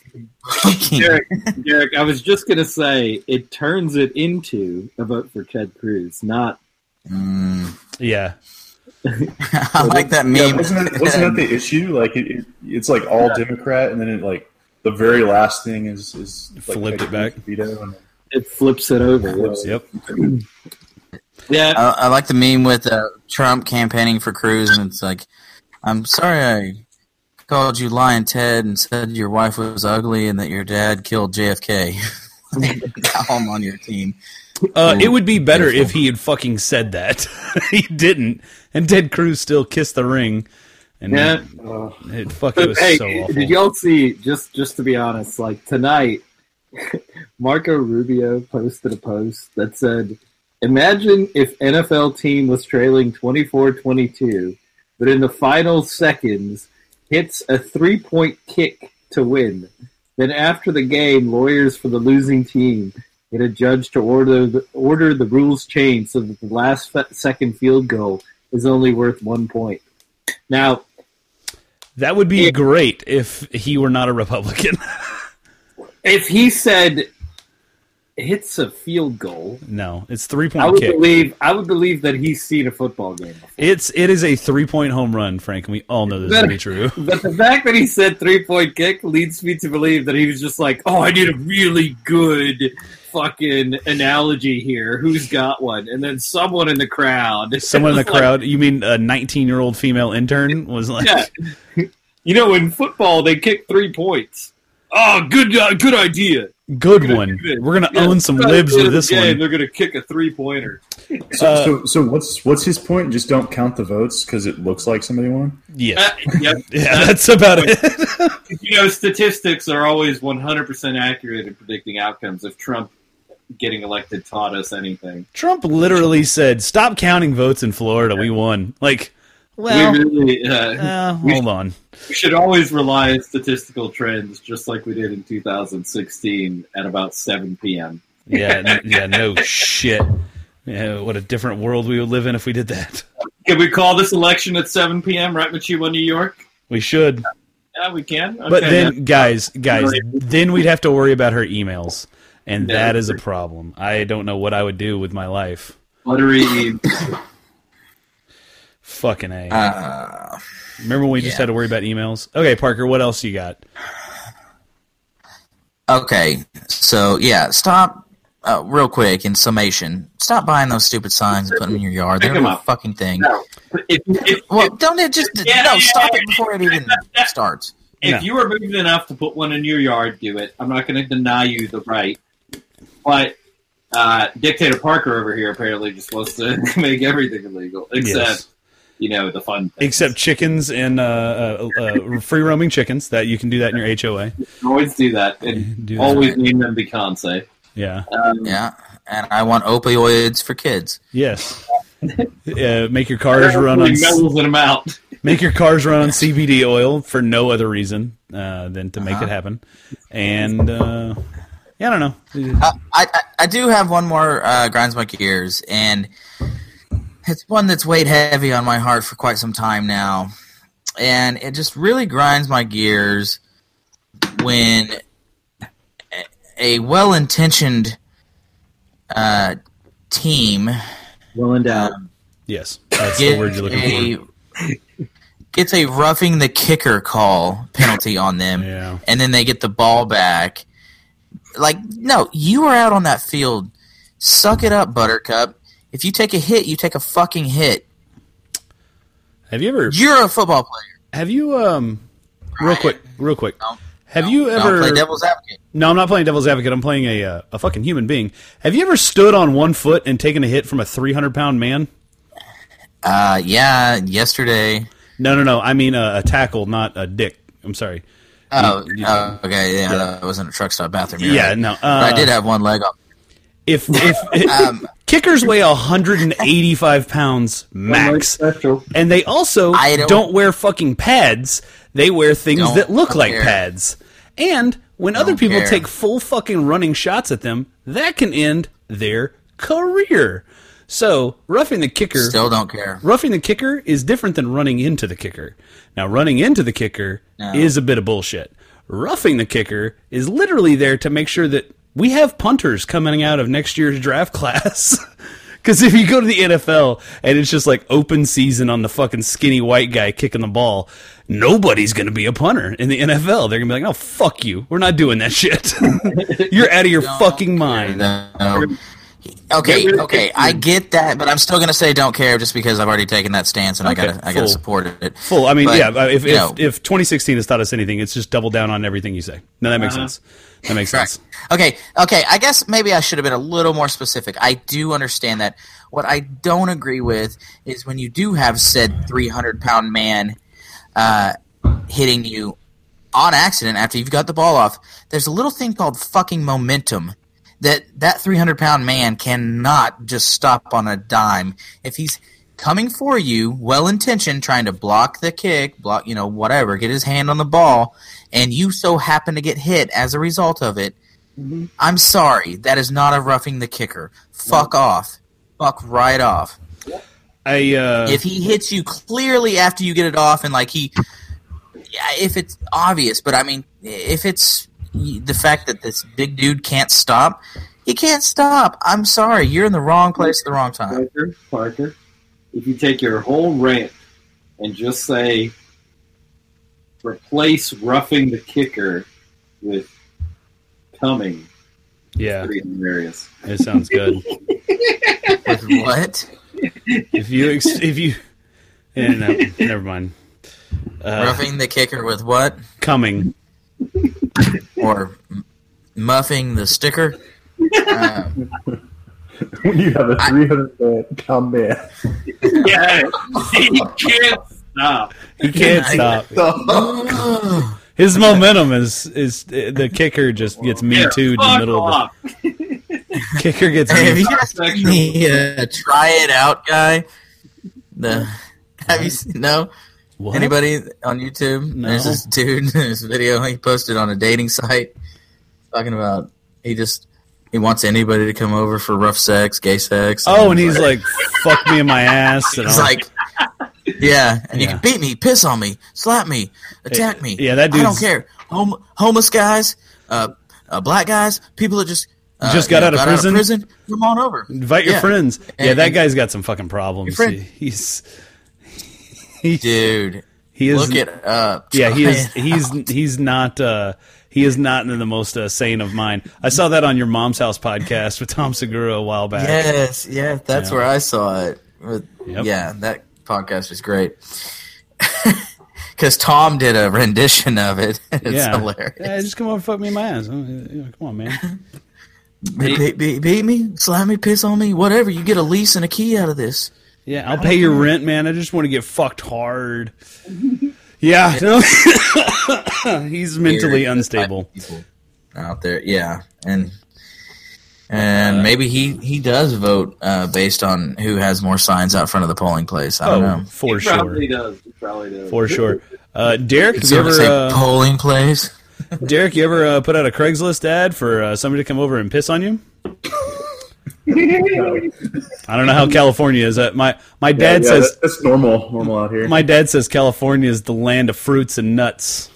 Derek, Derek, I was just gonna say it turns it into a vote for Ted Cruz, not Mm. yeah, I like that Yeah, meme. wasn't that, *laughs* wasn't that the issue? Like it, it, it's like all Democrat, and then it like the very last thing is is like, Flipped it back. Veto and it flips it over. yep. Yeah, I, I like the meme with uh, Trump campaigning for Cruz, and it's like, I'm sorry I called you lying Ted and said your wife was ugly and that your dad killed JFK. *laughs* *laughs* now I'm on your team. Uh, Ooh, it would be better beautiful. if he had fucking said that. *laughs* he didn't, and Ted Cruz still kissed the ring. And Yeah. it fuck it was hey, so awful. did y'all see? Just just to be honest, like tonight, *laughs* Marco Rubio posted a post that said, "Imagine if NFL team was trailing 24-22, but in the final seconds hits a three point kick to win. Then after the game, lawyers for the losing team." Get a judge to order the, order the rules changed so that the last fe- second field goal is only worth one point. Now, that would be great if he were not a Republican. *laughs* If he said hits a field goal, no, it's three I would point kick. believe I would believe that he's seen a football game. It's it is a three point home run, Frank, and we all know this to be true. But the fact that he said three point kick leads me to believe that he was just like, "Oh, I need a really good fucking analogy here. Who's got one?" And then someone in the crowd, *laughs* Someone in the was like, crowd, you mean a 19 year old female intern, was like, Yeah. *laughs* you know, in football they kick three points. Oh, good, uh, good idea. good We're gonna one. do this. We're going to Yeah, own some that's libs the with this game. one. They're going to kick a three pointer. *laughs* So, Uh, so so what's what's his point? Just don't count the votes because it looks like somebody won. Yeah. Uh, yep. *laughs* Yeah, that's about it. you know, statistics are always 100% accurate in predicting outcomes. If Trump getting elected taught us anything, Trump literally said, stop counting votes in Florida. We won. Like, well, we really uh, uh, hold on. we should always rely on statistical trends, just like we did in 2016 at about 7 p.m. Yeah, n- yeah, no shit. Yeah, what a different world we would live in if we did that. Can we call this election at 7 p.m. right, Machiwa, New York? We should. Yeah, we can. Okay, But then, yeah. guys, guys, then we'd have to worry about her emails, and Yeah. that is a problem. I don't know what I would do with my life. Buttery *laughs* Eve. Fucking a. Uh, Remember when we just yeah. had to worry about emails? Okay, Parker, what else you got? okay, so yeah, stop uh, real quick in summation. Stop buying those stupid signs and put them in your yard. Pick They're 'em no up. fucking thing. if, if, Well, don't it just Yeah, no? yeah, Stop yeah. it before *laughs* it even starts. if No. you are moving enough to put one in your yard, do it. I'm not going to deny you the right. But uh, Dictator Parker over here apparently just wants to *laughs* make everything illegal, except Yes. you know the fun. Things. Except chickens and uh, uh, uh, free roaming chickens that you can do that in your HOA. You always do that, and Do that. always name them Beyonce. Yeah. Yeah, and I want opioids for kids. Yes. Uh, make your cars run on s- Mellows them out. make your cars run on CBD oil for no other reason uh, than to make Uh-huh. it happen. And uh, yeah, I don't know. Uh, I, I I do have one more uh, grinds my gears, and it's one that's weighed heavy on my heart for quite some time now, and it just really grinds my gears when a- a well-intentioned uh, team Well endowed. Yes, that's gets the word you're looking a for. *laughs* gets a roughing the kicker call penalty on them. Yeah. and then they get the ball back. Like, no, you were out on that field. Suck it up, Buttercup. If you take a hit, you take a fucking hit. Have you ever? You're a football player. Have you? Um, real quick, real quick. Don't- Have you Don't ever? play devil's advocate. No, I'm not playing devil's advocate. I'm playing a uh, a fucking human being. Have you ever stood on one foot and taken a hit from a 300 pound man? Uh, yeah, yesterday. No, no, no. I mean a, a tackle, not a dick. I'm sorry. Oh, oh, okay, yeah, that was in a truck stop bathroom. you're Yeah, right. no, uh, But I did have one leg up. If *laughs* if Um, kickers weigh 185 pounds max, Special. and they also I don't, don't- wear fucking pads. They wear things Don't that look like care. pads. And when other Don't people care. take full fucking running shots at them, that can end their career. So roughing the kicker Still don't care. roughing the kicker is different than running into the kicker. Now, running into the kicker is a bit of bullshit. Roughing the kicker is literally there to make sure that we have punters coming out of next year's draft *laughs* class. Because if you go to the NFL and it's just like open season on the fucking skinny white guy kicking the ball, nobody's going to be a punter in the NFL. They're going to be like, oh, fuck you. We're not doing that shit. *laughs* You're out of your fucking mind. No. Okay, okay, I get that, but I'm still gonna say don't care just because I've already taken that stance and I Okay, gotta I gotta full. support it. Full. I mean, But, yeah. If you if, know, if 2016 has taught us anything, it's just double down on everything you say. No, that makes Uh-huh. sense. That makes sense. Okay, okay. I guess maybe I should have been a little more specific. I do understand that. What I don't agree with is when you do have said 300 pound man uh, hitting you on accident after you've got the ball off. There's a little thing called fucking momentum that that 300 pound man cannot just stop on a dime if he's coming for you well intentioned trying to block the kick block you know whatever get his hand on the ball and you so happen to get hit as a result of it i'm sorry that is not a roughing the kicker fuck off fuck right off I uh, if he hits you clearly after you get it off and like he yeah, if it's obvious but i mean if it's the fact that this big dude can't stop he can't stop i'm sorry you're in the wrong place at the wrong time *laughs* Parker, Parker, if you take your whole rant and just say replace roughing the kicker with coming yeah, pretty hilarious. it sounds good. With what if you ex- if you, yeah, no, never mind. Uh, roughing the kicker with what coming. or m- muffing the sticker Um, *laughs* When you have a 300 man come man. Yeah, he can't stop. He can't I- *laughs* stop. His momentum is is uh, the kicker just gets me too in the Fuck middle of off. the kicker gets have me. you guys seen the uh, try it out guy the have you seen no What? Anybody on YouTube? No. There's this dude, this video he posted on a dating site talking about he just he wants anybody to come over for rough sex, gay sex. Oh, and he's like, "Fuck me in my ass." And he's all- like, *laughs* yeah, and you Yeah. can beat me, piss on me, slap me, attack me. Yeah, that I don't dude's- care. Home, homeless guys, uh, uh, black guys, people that just uh, Just got you know, out of prison? prison. Come on over. Invite your Yeah. friends. Yeah, And- that guy's got some fucking problems. friend- He- he's dude. he is Look it up. yeah he Try is it he's he's not uh he is not in the most uh, sane of mind. I saw that on your mom's house podcast with Tom Segura a while back. Yes, yeah, that's Yeah. where I saw it. With- Yep. Yeah, that podcast was great. *laughs* Because Tom did a rendition of it. *laughs* it's yeah. hilarious. Yeah, just come over, and fuck me in my ass. Uh, you know, Come on, man. Beat, beat, beat, beat me, slap me, piss on me, whatever. You get a lease and a key out of this. Yeah, I'll pay your rent, man. I just want to get fucked hard. Yeah, no. *coughs* he's mentally Weird unstable. people Out there, yeah, and and maybe he he does vote uh, based on who has more signs out front of the polling place. I don't Oh, know. for sure, Probably does. Probably does. for sure. Uh, Derek, It's have you sort of ever say uh, polling place. Derek, you ever uh, put out a Craigslist ad for uh, somebody to come over and piss on you? I don't know Mm-hmm. how California is. Uh, my my dad Uh, yeah, says that- that's normal, normal out here. my dad says California is the land of fruits and nuts.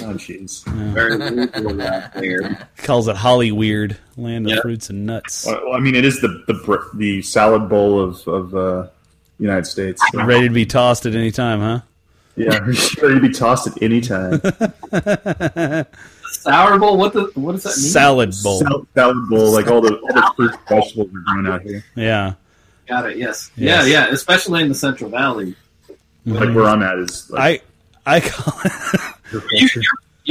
oh, jeez. Very legal out there. Calls it Holly weird, land of Yeah. fruits and nuts. Well, I mean, it is the the br- the salad bowl of of uh, United States. So, Ready to be tossed at any time, huh? yeah, you're sure you'd be tossed at any time. Sour bowl. What the? What does that mean? Salad *laughs* bowl. Sal- salad bowl, like all the all the fruit vegetables are grown out here, yeah. Got it. Yes. Yes. Yeah. Yeah. Especially in the Central Valley. like where I'm at is like Mm-hmm. I I call it You, you're,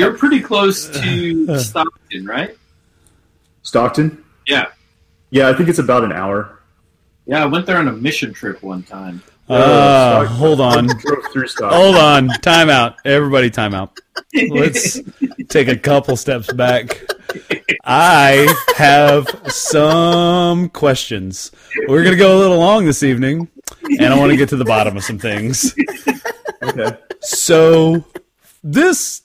you're pretty close Uh, to Stockton, right? Stockton. Yeah. Yeah, I think it's about an hour. Yeah. I went there on a mission trip one time. Uh, hold on. Drove through stock. Hold on. Time out. Everybody, time out. Let's take a couple steps back. I have some questions. We're going to go a little long this evening, and I want to get to the bottom of some things. Oh. Okay. So, this.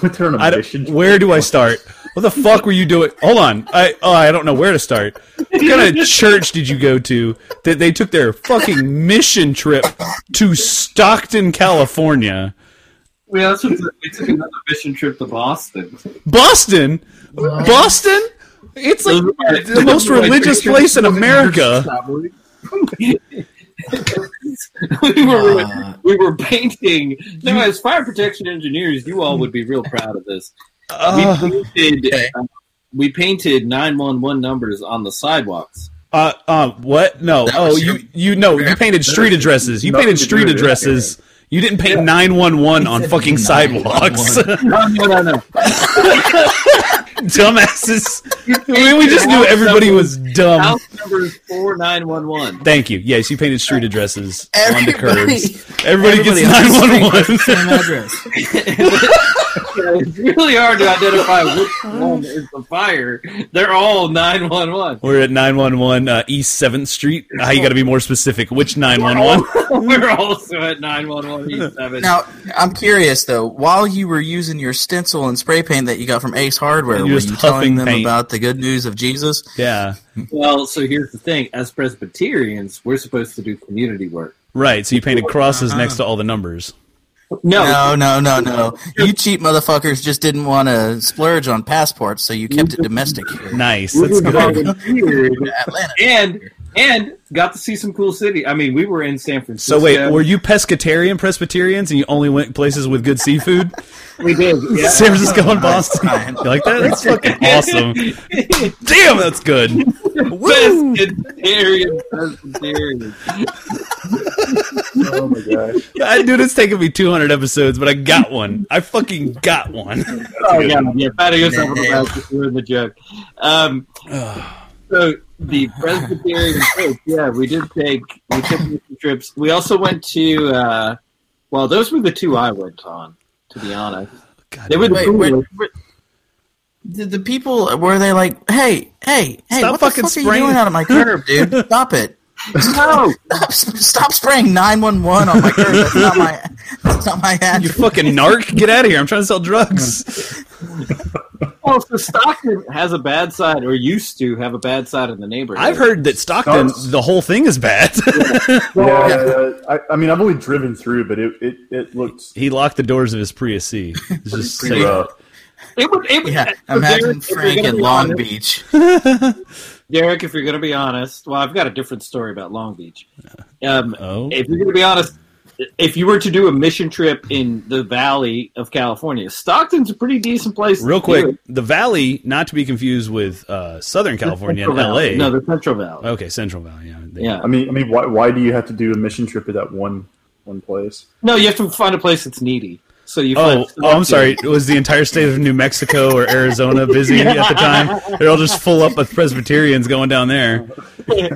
What's her I ambition? don't, where do I start? What the fuck were you doing? Hold on. I oh, I don't know where to start. What kind of church did you go to that they took their fucking mission trip to Stockton, California? Well, that's what we took another mission trip to Boston. Boston? Boston? It's like the most religious place in America. we were we were painting. No, as fire protection engineers, you all would be real proud of this. Uh, we painted uh, we painted nine one one numbers on the sidewalks. uh, uh, what? No. Oh, you you no, you painted street addresses. You painted street addresses. You didn't paint 911 on fucking sidewalks. *laughs* 911. No, no, no, no. dumbasses. I mean, we just knew everybody was dumb. House number is four nine *laughs* one one. Thank you. Yes, you painted street addresses on the Everybody- curbs. Everybody, Everybody gets else is nine one thinking one. *laughs* Same address. It's really hard to identify which one is the fire. They're all nine one one. We're at nine one one uh, East Seventh Street. Ah, you got to be more specific. Which nine one one? *laughs* We're also at nine one one east seven. Now, I'm curious though. While you were using your stencil and spray paint that you got from Ace Hardware, You're were you just huffing telling them paint. about the good news of Jesus? Yeah, Well, so here's the thing: as Presbyterians, we're supposed to do community work. right. So you painted crosses next to all the numbers. No, no, no, no. You cheap motherfuckers just didn't want to splurge on passports, so you kept it domestic here. Nice. We That's were good. volunteered *laughs* Atlanta. and and got to see some cool city. I mean, we were in San Francisco. So wait, were you pescatarian Presbyterians and you only went places with good seafood? we did? Yeah. San Francisco and Boston. You like that? That's fucking *laughs* *laughs* awesome. Damn, that's good. Woo! Presbyterian, Presbyterian. Oh my gosh. I, dude, it's taken me 200 episodes, but I got one. I fucking got *laughs* one. Oh yeah, yeah. Patting yourself on the back just ruined the joke. Um, so the Presbyterian church, yeah, we did take we took mission trips. We also went to uh, well, those were the two I went on. To be honest, God, they were the Wait, coolest. wait, wait. Did the people were they like, hey, hey, hey, Stop what fucking the fuck are spraying- you doing out *laughs* of my curb, dude? Stop it. No, Stop, stop spraying nine one one on my curb. That's not my. That's not my You address. fucking narc, get out of here. I'm trying to sell drugs. *laughs* well, so Stockton has a bad side, or used to have a bad side in the neighborhood. I've heard that Stockton, the whole thing is bad. *laughs* Yeah, I, I mean, I've only driven through, but it it, it looked he locked the doors of his Prius C. It's just Pretty safe. rough. it would. It would *laughs* Yeah, so imagine Derek, if you're Frank gonna in be Long honest- Beach. Derek, if you're going to be honest, well, I've got a different story about Long Beach. Um, Oh. if you're going to be honest, if you were to do a mission trip in the Valley of California, Stockton's a pretty decent place. to Real do quick, it. the Valley, not to be confused with uh, Southern California Oh. and Central Valley. LA. No, the Central Valley. Okay, Central Valley. Yeah. They- Yeah. I mean, I mean, why why do you have to do a mission trip at that one one place? No, you have to find a place that's needy. So you. Oh, Find oh, I'm sorry. Was the entire state of New Mexico or Arizona busy at the time? They're all just full up with Presbyterians going down there. *laughs*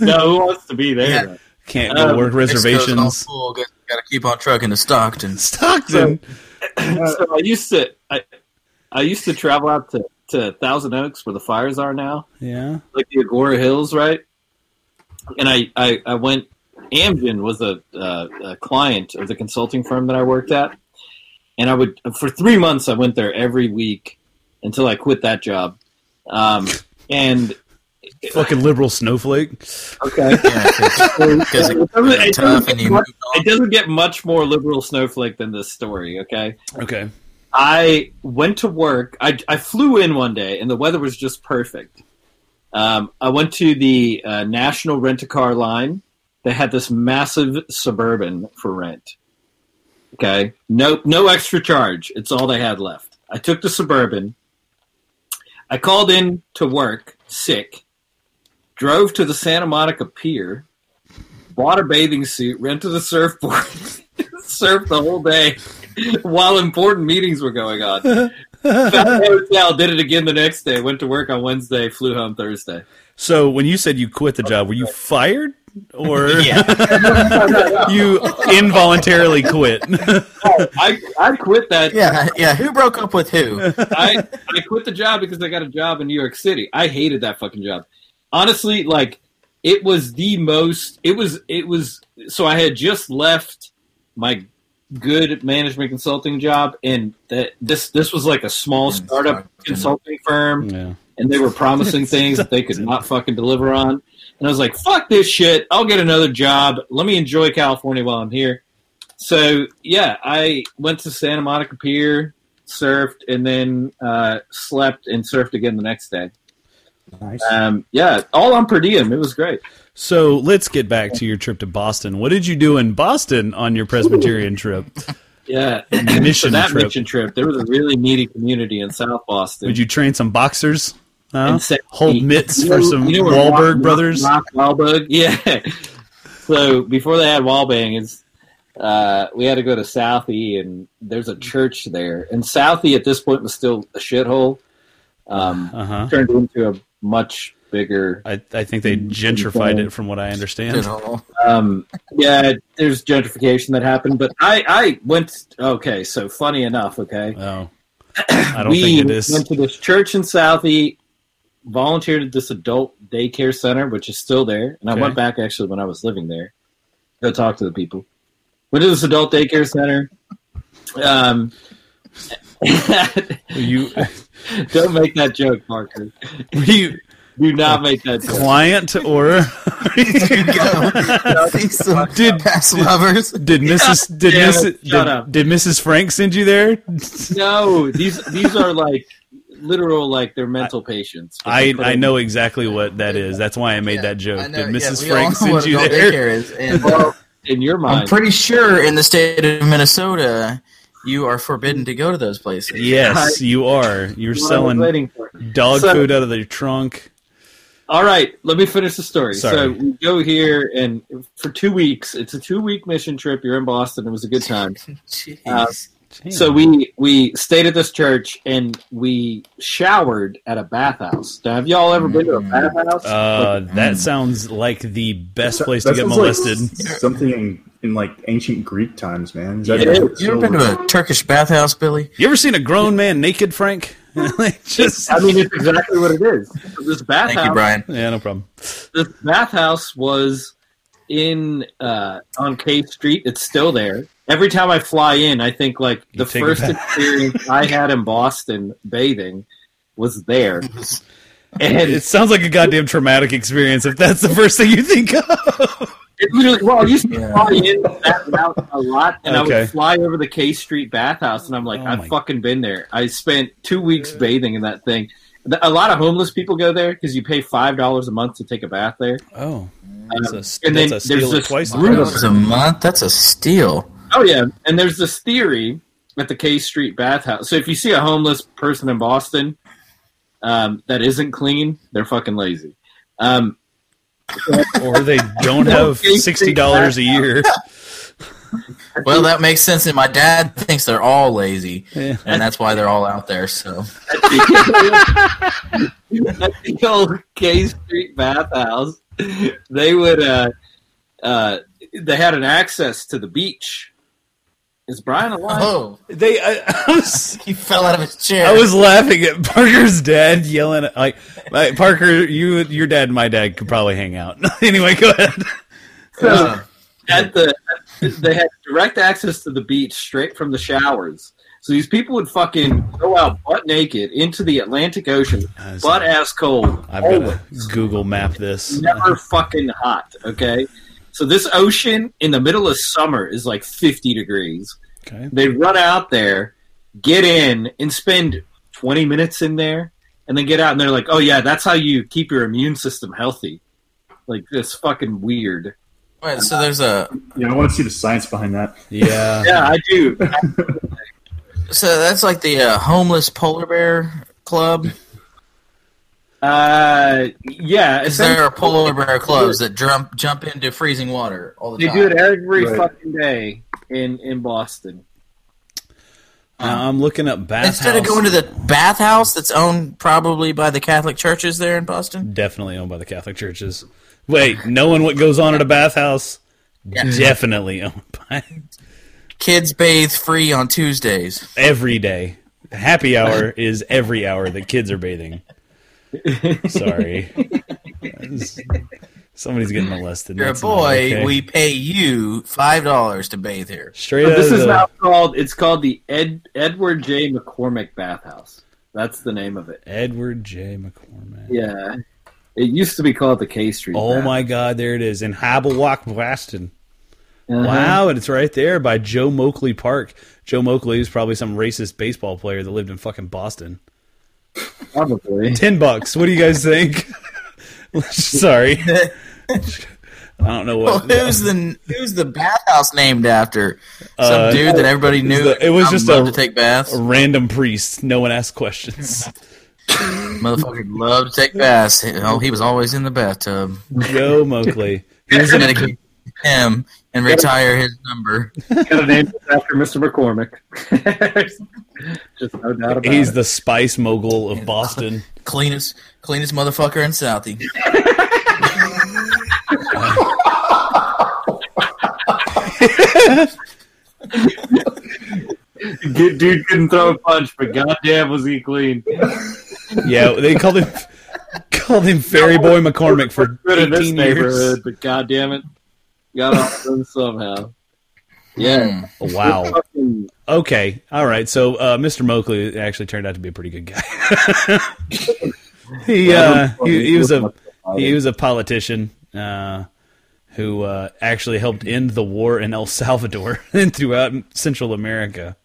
no, who wants to be there? Yeah. though? Can't go to Um, work Mexico's all reservations. full, Got to keep on trucking to Stockton. Stockton. so I used to. I, I used to travel out to, to Thousand Oaks, where the fires are now. Yeah. like the Agora Hills, right? And I, I, I went. Amgen was a, uh, a client of the consulting firm that I worked at, and I would for three months I went there every week until I quit that job. Um, and Fucking liberal snowflake. okay, Yeah, 'cause- it, 'cause it got doesn't- tough and you moved on. it doesn't get much more liberal snowflake than this story. Okay, Okay. I went to work. I, I flew in one day, and the weather was just perfect. Um, I went to the uh, National Rent a Car line. They had this massive suburban for rent. Okay, no, no extra charge. It's all they had left. I took the suburban. I called in to work sick. Drove to the Santa Monica Pier. Bought a bathing suit. Rented a surfboard. *laughs* surfed the whole day *laughs* while important meetings were going on. Found a hotel, did it again the next day. Went to work on Wednesday, flew home Thursday. So when you said you quit the job, were you fired? *laughs* or *laughs* you involuntarily quit. *laughs* I, I quit that. Yeah, yeah. Who broke up with who? I, I quit the job because I got a job in New York City. I hated that fucking job. Honestly, like it was the most. It was it was. So I had just left my good management consulting job, and that this this was like a small Mm, startup fuck. consulting firm, yeah. and they *laughs* were promising things that they could not fucking deliver on. And I was like, "Fuck this shit! I'll get another job. Let me enjoy California while I'm here." So yeah, I went to Santa Monica Pier, surfed, and then uh, slept and surfed again the next day. Nice. Um, yeah, all on per diem. It was great. So let's get back to your trip to Boston. What did you do in Boston on your Presbyterian trip? Yeah, Mission For that trip. mission trip, there was a really needy community in South Boston. Did you train some boxers? Huh? And say- Hold mitts for some where Wahlberg Mark- brothers. Mark Wahlberg, *laughs* yeah. so before they had Wahlbangers, uh, we had to go to Southie, and there's a church there. And Southie at this point was still a shithole. Um, Uh huh. turned into a much bigger. I, I think they gentrified it from what I understand. Um, yeah, there's gentrification that happened, but I I went. Okay, so funny enough, okay. Oh. I don't we think it is. went to this church in Southie, volunteered at this adult daycare center, which is still there. And I Okay. went back actually when I was living there. Go talk to the people. Went to this adult daycare center. Um, *laughs* You don't make that joke, Parker. were you Do not Oh, make that joke. client or *laughs* *laughs* Did past lovers? did Mrs. Did damn it, Mrs. shut Did, up. did Mrs. Frank send you there? No, these these are like literal, like they're mental patients. I, I know exactly what that is. That's why I made Yeah, that joke. I Did know, yeah, Mrs. we all Frank know what send you adult there? daycare is, *laughs* and, uh, Well, in your I'm mind, pretty sure in the state of Minnesota, you are forbidden to go to those *laughs* places. Yes, you are. You're what I was selling waiting for. dog So- food out of the trunk. All right, let me finish the story. Sorry. So we go here, and for two weeks, it's a two-week mission trip. You're in Boston. It was a good time. *laughs* Jeez. Uh, Damn. So we we stayed at this church and we showered at a bathhouse. Now, have y'all ever been to a bathhouse? Hmm. uh, that Mm. sounds like the best place to That get sounds like molested. something in, in like ancient Greek times, man. Is that Yeah. still- you ever been to a Turkish bathhouse, Billy? You ever seen a grown man naked, Frank? *laughs* Like, Just I mean, it's exactly what it is. So This Thank you, bathhouse, Brian. yeah, no problem. this bathhouse was in uh, on K Street. It's still there. Every time I fly in, I think like the take a first bath. experience I had in Boston bathing was *laughs* there. And It sounds like a goddamn traumatic experience if that's the first thing you think of. It literally, well, I used to Yeah. fly in that route a lot, and I Okay. would fly over the K Street bathhouse, and I'm like, Oh my- I've fucking been there. I spent two weeks bathing in that thing. The- A lot of homeless people go there because you pay five dollars a month to take a bath there. Oh, Um, that's a, and that's then a steal there's at this twice the room- price. Dollars a month? That's a steal. Oh yeah, and there's this theory at the K Street bathhouse. So if you see a homeless person in Boston um, that isn't clean, they're fucking lazy. Um, *laughs* or they don't have sixty dollars a year. Well, that makes sense. And my dad thinks they're all lazy, Yeah. and that's why they're all out there. So at the, at the old K Street bathhouse, they would uh, uh, they had an access to the beach. Is Brian alive? oh, They, I, I was, he fell out of his chair. I was laughing at Parker's dad yelling at, like, like, Parker, you, your dad, and my dad could probably hang out. *laughs* anyway, go ahead. Uh, At the they had direct access to the beach straight from the showers. So these people would fucking go out butt naked into the Atlantic Ocean, That's- butt ass cold. I've got *laughs* to Google map this. never fucking hot. Okay, so this ocean in the middle of summer is like fifty degrees. Okay. They run out there, get in, and spend twenty minutes in there, and then get out, and they're like, "Oh yeah, that's how you keep your immune system healthy." Like this fucking weird. wait, so there's a Yeah, I want to see the science behind that. Yeah. Yeah, I do. so that's like the uh, homeless polar bear club. Uh, yeah, Is there are essentially, polar bear clubs that jump jump into freezing water all the They time? do it every Right. fucking day in in Boston. Now I'm looking up bathhouse. Instead of going to the bathhouse that's owned probably by the Catholic churches there in Boston, definitely owned by the Catholic churches. Wait, knowing what goes on at a bathhouse, definitely owned by *laughs* kids bathe free on Tuesdays. every day. Happy hour is every hour that kids are bathing. Sorry. *laughs* Somebody's getting molested. You're a That's not boy. okay. We pay you five dollars to bathe here. *laughs* straight But out this of is the- now called. It's called the Ed Edward J. McCormick Bathhouse. That's the name of it. Edward J. McCormick. Yeah, it used to be called the K Street. Oh Bath. my God, there it is in Hibblewalk, Boston. Uh-huh. Wow, and it's right there by Joe Moakley Park. Joe Moakley is probably some racist baseball player that lived in fucking Boston. *laughs* Probably. Ten bucks. What do you guys think? *laughs* *laughs* Sorry, I don't know Well, what. who's the who's the bathhouse named after? Some Uh, dude that everybody knew. the- it was I'm just loved a- to take baths. A random priest. No one asked *laughs* questions. Motherfucker loved to take baths. He- Oh, he was always in the bathtub. Joe Moakley. He was He's in gonna keep him and retire his number. Got a name after Mr. McCormick. *laughs* Just no doubt about He's it. the spice mogul of Boston. Cleanest cleanest motherfucker in Southie. Good dude couldn't throw a punch, but goddamn was he clean. Yeah, they called him *laughs* called him Fairy Boy McCormick for Good in this eighteen years. neighborhood, but goddamn it, got off them somehow. Yeah. Wow. Fucking- Okay. All right. So uh, Mr. Moakley actually turned out to be a pretty good guy. *laughs* he, uh, he he was a he was a politician uh, who uh, actually helped end the war in El Salvador *laughs* and throughout Central America.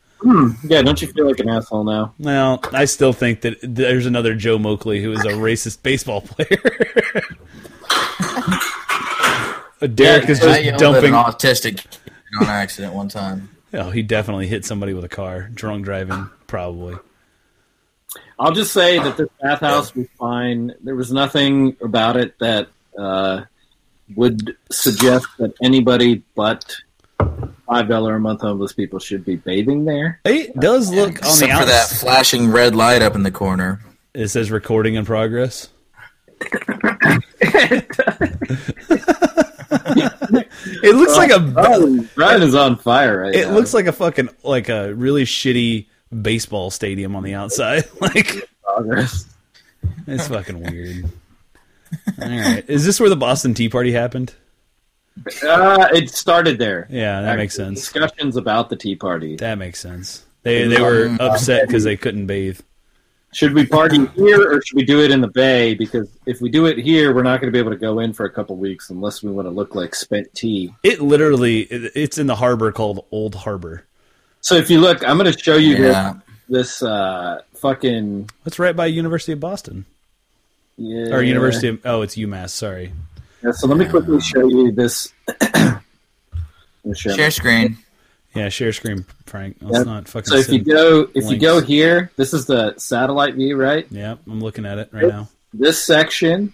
Yeah, don't you feel like an asshole now? Well, I still think that there's another Joe Moakley who is a racist baseball *laughs* player. Uh, Derek is I yelled just at dumping. an autistic kid on accident one time. Oh, he definitely hit somebody with a car, drunk driving, probably. I'll just say that this bathhouse was fine. There was nothing about it that uh, would suggest that anybody but five dollar a month homeless people should be bathing there. It does look on the Except for that outside. flashing red light up in the corner. It says recording in progress. *laughs* it looks like a Oh, Brian is on fire right it now. looks like a fucking like a really shitty baseball stadium on the outside. *laughs* Like progress. it's fucking weird. All right. Is this where the Boston Tea Party happened? Uh, it started there. Yeah, that makes Actually, sense. Discussions about the Tea Party. That makes sense. They they were upset cuz they couldn't bathe. Should we party here or should we do it in the bay? Because if we do it here, we're not going to be able to go in for a couple weeks unless we want to look like spent tea. It literally it- it's in the harbor called Old Harbor. So if you look, I'm going to show you Yeah. this, this uh, fucking That's right by University of Boston yeah. or University of Oh, it's UMass, sorry. Yeah, so let me quickly show you this. *clears throat* Let me show Share screen. Yeah, share screen, Frank. Let's Yep. not fucking So if you send- go, if you links. go here, this is the satellite view, right? Yeah, I'm looking at it right now. This section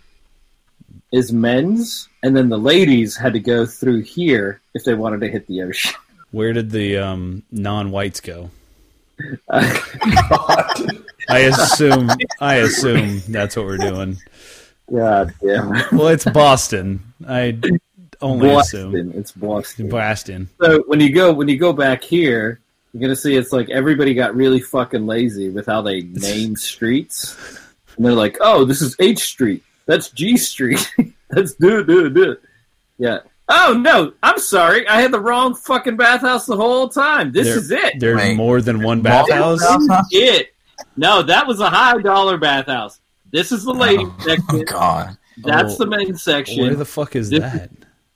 is men's, and then the ladies had to go through here if they wanted to hit the ocean. Where did the um, non-whites *laughs* go? I assume. I assume that's what we're doing. God damn. Well, it's Boston. I only assume Boston. It's Boston. Boston. So when you go when you go back here, you're gonna see it's like everybody got really fucking lazy with *laughs* how they name streets, and they're like, "Oh, this is H Street. That's G Street. *laughs* That's do do do." Yeah. Oh no, I'm sorry. I had the wrong fucking bathhouse the whole time. This There- is it. There's Wait. more than one bathhouse. It. No, that was a high dollar bathhouse. This is the ladies Oh, section. God. That's Oh, the men's section. Where the fuck is This- that?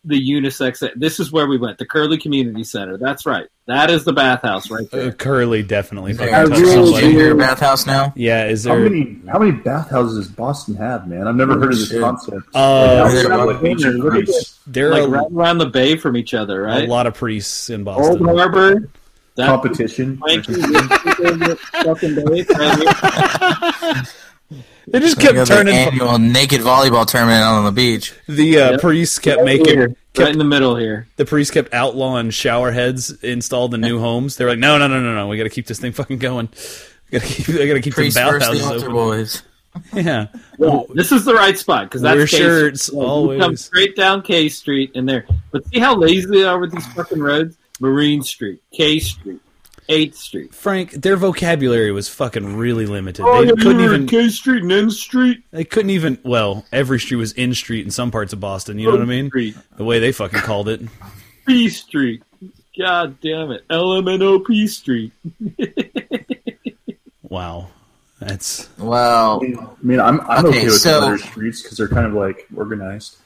the unisex. This is where we went, the Curly Community Center. That's right. That is the bathhouse right there. Uh, Curly definitely Are fucking you touched in really somebody. do- junior bathhouse now? Yeah, is How there? many how many bathhouses does Boston have, man? I've never heard of this Shit. concept. Uh, Yeah. Look at this. there Like are right around the bay from each other, a right? Oh, lot of priests in Old Boston. Harbor. That competition. *laughs* fucking They just They kept got the turning. annual naked volleyball tournament out on the beach. The uh, priests kept making here. right kept in the middle here. the priest kept outlawing shower heads installed in new homes. They're like, no, no, no, no, no. We got to keep this thing fucking going. *laughs* We gotta keep, I gotta keep the Priest versus the bathhouses altar open. boys. Yeah, Well, this is the right spot because that's wear K shirts Street. You Come always. straight down K Street and there. But see how lazy they are with these fucking roads? Marine Street, K Street, Eighth Street. Frank, their vocabulary was fucking really limited. They couldn't even. Oh, K Street and N Street. They couldn't even. Well, every street was in street in some parts of Boston. You know what I mean? Street, The way they fucking called it. B Street. God damn it, L M N O P Street. Wow, that's Wow. I mean, I'm, I'm Okay, okay, with so- the other streets because they're kind of like organized.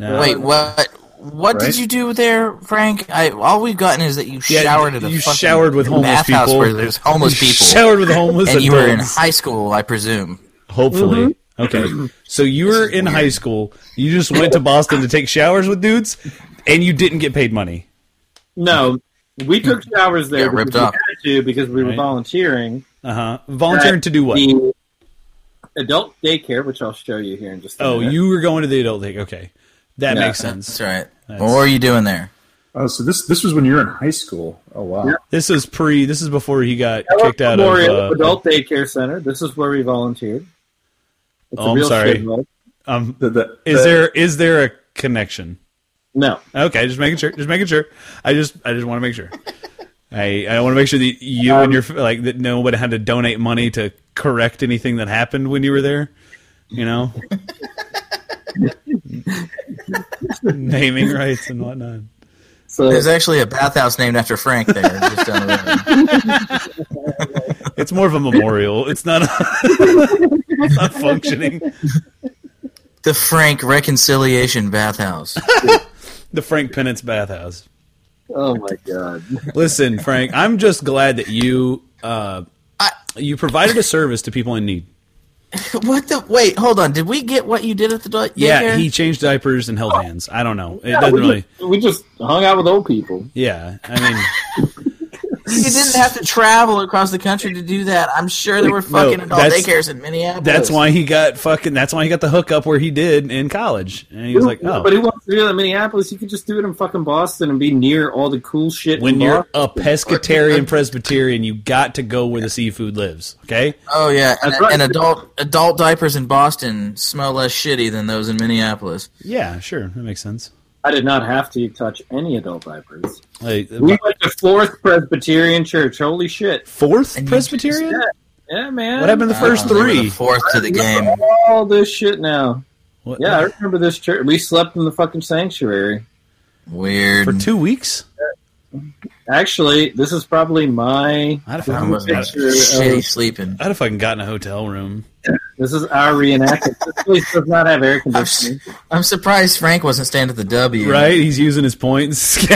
uh, Wait, what? What Right? did you do there, Frank? I all we've gotten is that you Yeah, showered at a you fucking showered with homeless bathhouse people. *laughs* where there's homeless people, Showered with homeless *laughs* and you were in adults. high school, I presume. Hopefully. Mm-hmm. *clears throat* Okay. So you were in high school. You just went to Boston to take showers with dudes, and you didn't get paid money. No, we took showers there Got ripped because up. we had to because we were Right. volunteering. Uh huh. Volunteering to do what? The adult daycare, which I'll show you here in just a Oh, minute. you were going to the adult league. Okay, that Yeah. makes sense. That's right. That's- What were you doing there? Oh, so this this was when you were in high school. Oh wow. Yeah. This is pre. This is before he got Hello, kicked out of. Memorial Uh, Adult Daycare Center. This is where we volunteered. It's Oh, I'm sorry. shit hole. um, The- the- is the- there is there a connection? No, Okay, just making sure. Just making sure. I just I just want to make sure. I I want to make sure that you and your like that nobody had to donate money to correct anything that happened when you were there. You know, naming rights and whatnot. so There's actually a bathhouse named after Frank *laughs* there. just down the road. It's more of a memorial. It's not. A, *laughs* it's not functioning. the Frank Reconciliation Bathhouse. *laughs* The Frank Penance bathhouse. oh my god, Listen, Frank, I'm just glad that you uh, you provided a service to people in need. what the? Wait, hold on. Did we get what you did at the do- Yeah, daycare? he changed diapers and held hands. I don't know. It doesn't we, really. just, we just hung out with old people. Yeah, I mean, You didn't have to travel across the country to do that. I'm sure there were fucking adult that's- daycares in Minneapolis. that's why he got fucking. That's why he got the hookup where he did in college, and he was like, But "Oh, who wants to do that in Minneapolis? You could just do it in fucking Boston and be near all the cool shit. when in you're Boston. a pescatarian Presbyterian, you got to go where the seafood lives." Okay, Oh yeah, and, That's right. and adult adult diapers in Boston smell less shitty than those in Minneapolis. yeah, sure, that makes sense. I did not have to touch any adult diapers. Like, We went to Fourth Presbyterian Church. Holy shit! fourth And you- Presbyterian? Yeah, man. What happened to the first Uh, they were the three? fourth to the game. All this shit now. What- Yeah, I remember this church. We slept in the fucking sanctuary. Weird. for two weeks. Actually, this is probably my. I'd have, I fucking, was not Picture of- shitty sleeping. I'd have fucking gotten a hotel room. This is our reenactment. this place does not have air *laughs* I'm, conditioning. s- I'm surprised Frank wasn't staying at the W. Right? He's using his points. *laughs*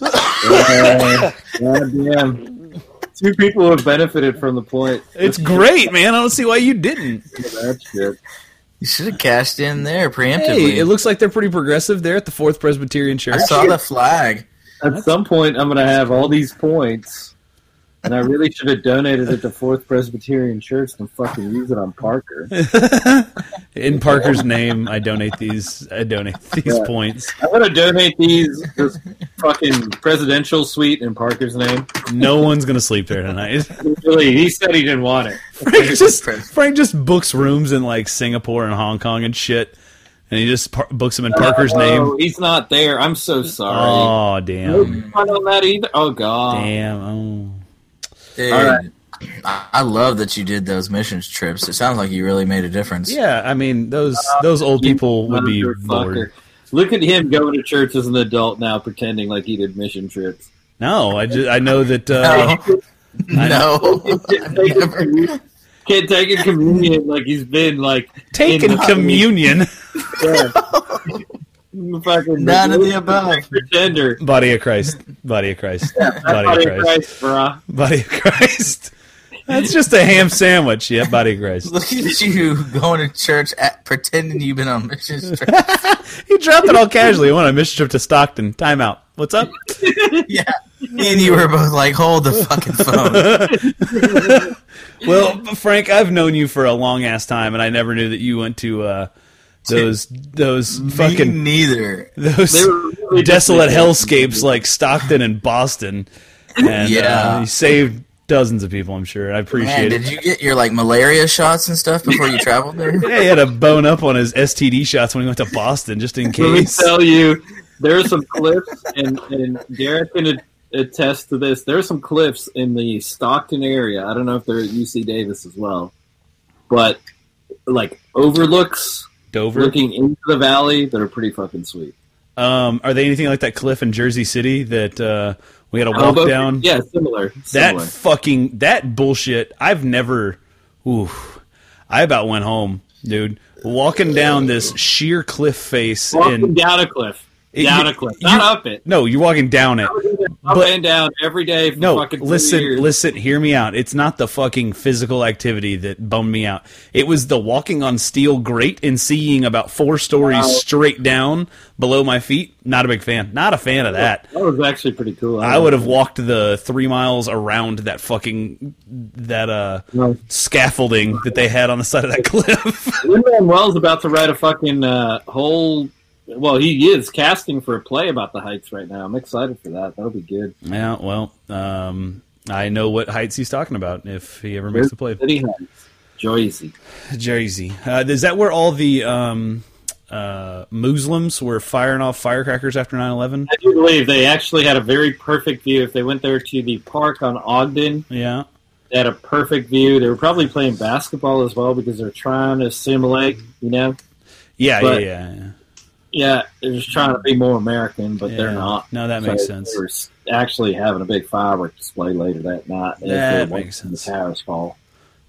Uh, Goddamn. Two people have benefited from the point. it's great, man. I don't see why you didn't. That shit. You should have cashed in there preemptively. Hey, it looks like they're pretty progressive there at the Fourth Presbyterian *laughs* I Church. saw the flag. At some point, I'm going to have all these points, and I really should have donated it to Fourth Presbyterian Church and fucking use it on Parker. In Parker's name, I donate these. I donate these points. I'm going to donate these this fucking presidential suite in Parker's name. No one's gonna sleep there *laughs* tonight. Really, he said he didn't want it. Frank just Frank just books rooms in like Singapore and Hong Kong and shit, and he just par- books them in Parker's Oh, name. he's not there. I'm so Oh sorry. damn, Not on that either. Oh god. damn. Oh. Dude, All right. I, I love that you did those missions trips. It sounds like you really made a difference. Yeah, I mean those those old people would be Motherfucker. bored. Look at him going to church as an adult now, pretending like he did *laughs* mission trips. No, I just I know that. *laughs* Uh, No. *laughs* no. *laughs* Can't take a communion like he's been like Taking In- communion. *laughs* yeah. fucking None of the above. pretender. Body of Christ. Body of Christ. Body of Body Christ. of Christ, bruh. Body of Christ. That's just a ham sandwich. Yeah, Body of Christ. *laughs* *laughs* Look at you going to church at, pretending you've been on missions trip. He dropped it all casually. Went on a mission trip to Stockton. Timeout. What's up? yeah. Me and you were both like, hold the *laughs* fucking phone. Well, Frank, I've known you for a long ass time, and I never knew that you went to uh, those *laughs* those Me fucking neither. those desolate hellscapes like Stockton and Boston. And Yeah. uh, he saved dozens of people, I'm sure. I Man, appreciate did it. you get your like malaria shots and stuff before you traveled there? *laughs* Yeah, he had a bone up on his STD shots when he went to Boston, just in Let me case. tell you, there are some cliffs, and, and Derek can a- attest to this. There are some cliffs in the Stockton area. I don't know if they're at UC Davis as well, but like overlooks Dover. looking into the valley that are pretty fucking sweet. Um, are they anything like that cliff in Jersey City that uh, we had to walk Elbow- down? yeah, similar. that similar. fucking that bullshit. I've never. Ooh, I about went home, dude. Walking down this sheer cliff face Walking in down a cliff, It- down you- a cliff, you- not up it. no, you're walking down it. Up But- and down every day for No, fucking two listen, years. listen, hear me out. It's not the fucking physical activity that bummed me out. It was the walking on steel grate and seeing about four stories straight down below my feet. Not a big fan. Not a fan of that. That was actually pretty cool. I would have walked the three miles around that fucking that uh No. scaffolding that they had on the side of that *laughs* cliff. Lin Manuel's about to write a fucking uh, whole. Well, he is casting for a play about the heights right now. I'm excited for that. That'll be good. yeah, well, um, I know what heights he's talking about if he ever makes the play. City Heights, Jersey. Jersey. Uh, is that where all the um, uh, Muslims were firing off firecrackers after 9 11? I do believe they actually had a very perfect view. If they went there to the park on Ogden, Yeah. they had a perfect view. They were probably playing basketball as well because they're trying to assimilate. You know, Yeah, But- yeah, yeah, yeah, they're just trying to be more American, but yeah. they're not. No, that So makes sense. They were s- actually having a big fireworks display later that night. as That they were makes watching sense. The towers fall.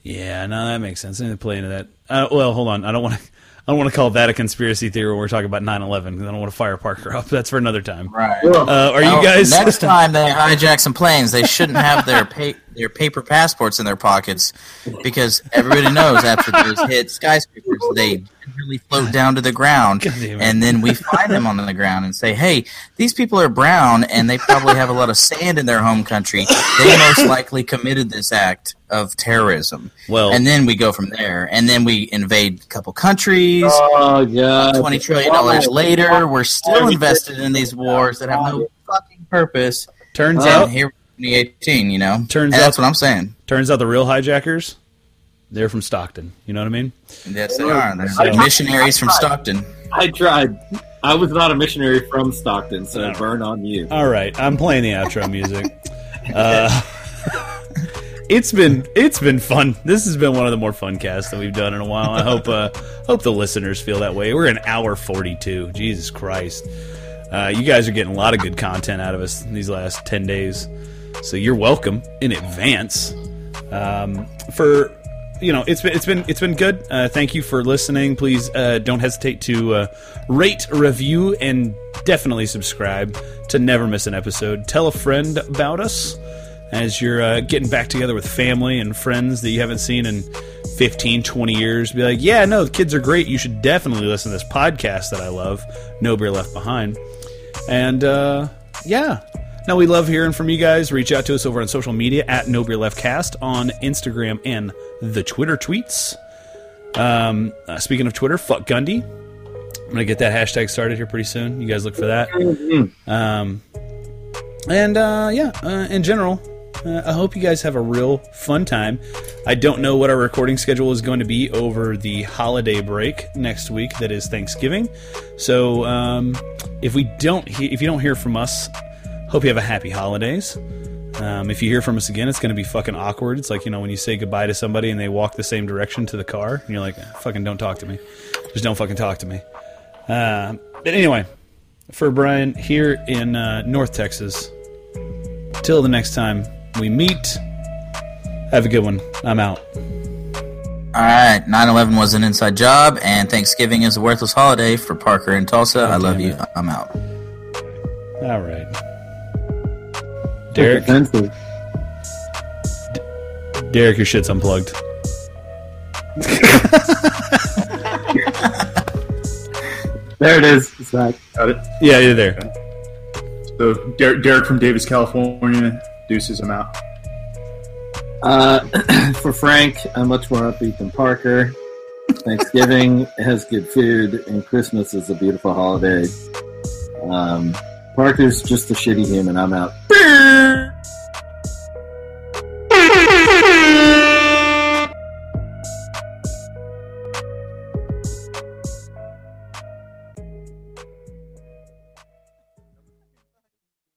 Yeah, no, that makes sense. I need to play into that. Uh, well, hold on. I don't want to. I don't want to call that a conspiracy theory when we're talking about 9/11 because I don't want to fire Parker up. *laughs* That's for another time. Right. Uh, are you Well, guys? Oh, *laughs* next time they hijack some planes, they shouldn't have their pa- their paper passports in their pockets because everybody knows after those hit skyscrapers, they really float down to the ground, God damn it. and then we find them on the ground and say, "Hey, these people are brown, and they probably have a lot of sand in their home country. They most likely committed this act of terrorism." Well, And then we go from there, and then we invade a couple countries. Oh god! twenty trillion dollars later, we're still invested in these wars that have no fucking purpose. turns And out, here, twenty eighteen, you know, Turns And that's out- what I'm saying. turns out the real hijackers, they're from Stockton. You know what I mean? Yes, they are. They're So- missionaries from Stockton. *laughs* I tried. I was not a missionary from Stockton, so No. burn on you. All right, I'm playing the outro *laughs* music. Uh, *laughs* it's been it's been fun. This has been one of the more fun casts that we've done in a while. I hope uh, hope the listeners feel that way. We're an hour 42. Jesus Christ, uh, you guys are getting a lot of good content out of us in these last 10 days, so you're welcome in advance. Um, for you know, it's been it's been it's been good. Uh, thank you for listening. Please uh, don't hesitate to uh, rate, review, and definitely subscribe to never miss an episode. Tell a friend about us as you're uh, getting back together with family and friends that you haven't seen in 15, 20 years. Be like, yeah, no, the kids are great. You should definitely listen to this podcast that I love, No Beer Left Behind. And uh, yeah. Now we love hearing from you guys. Reach out to us over on social media at No Beer Left Cast on Instagram and the Twitter tweets. Um, uh, speaking of Twitter, fuck Gundy. I'm gonna get that hashtag started here pretty soon. You guys look for that. Um, and uh, yeah, uh, in general, uh, I hope you guys have a real fun time. I don't know what our recording schedule is going to be over the holiday break next week. That is Thanksgiving. So um, if we don't, he- if you don't hear from us, hope you have a happy holidays. Um, if you hear from us again, it's going to be fucking awkward. It's like you know when you say goodbye to somebody and they walk the same direction to the car, and you're like, "Eh, "Fucking don't talk to me, just don't fucking talk to me." Uh, but anyway, for Brian here in uh, North Texas. Till the next time we meet, have a good one. I'm out. All right, 9-11 was an inside job, and Thanksgiving is a worthless holiday for Parker and Tulsa. I love damn you. it. I'm out. All right. Derek, Offensive. Derek, your shit's unplugged. There it is. It's back. Got it. Yeah, you're there. So Der- Derek from Davis, California. Deuces, I'm out. *clears throat* Uh, for Frank, I'm much more upbeat than Parker. Thanksgiving *laughs* has good food, and Christmas is a beautiful holiday. Um, Parker's just a shitty human. I'm out.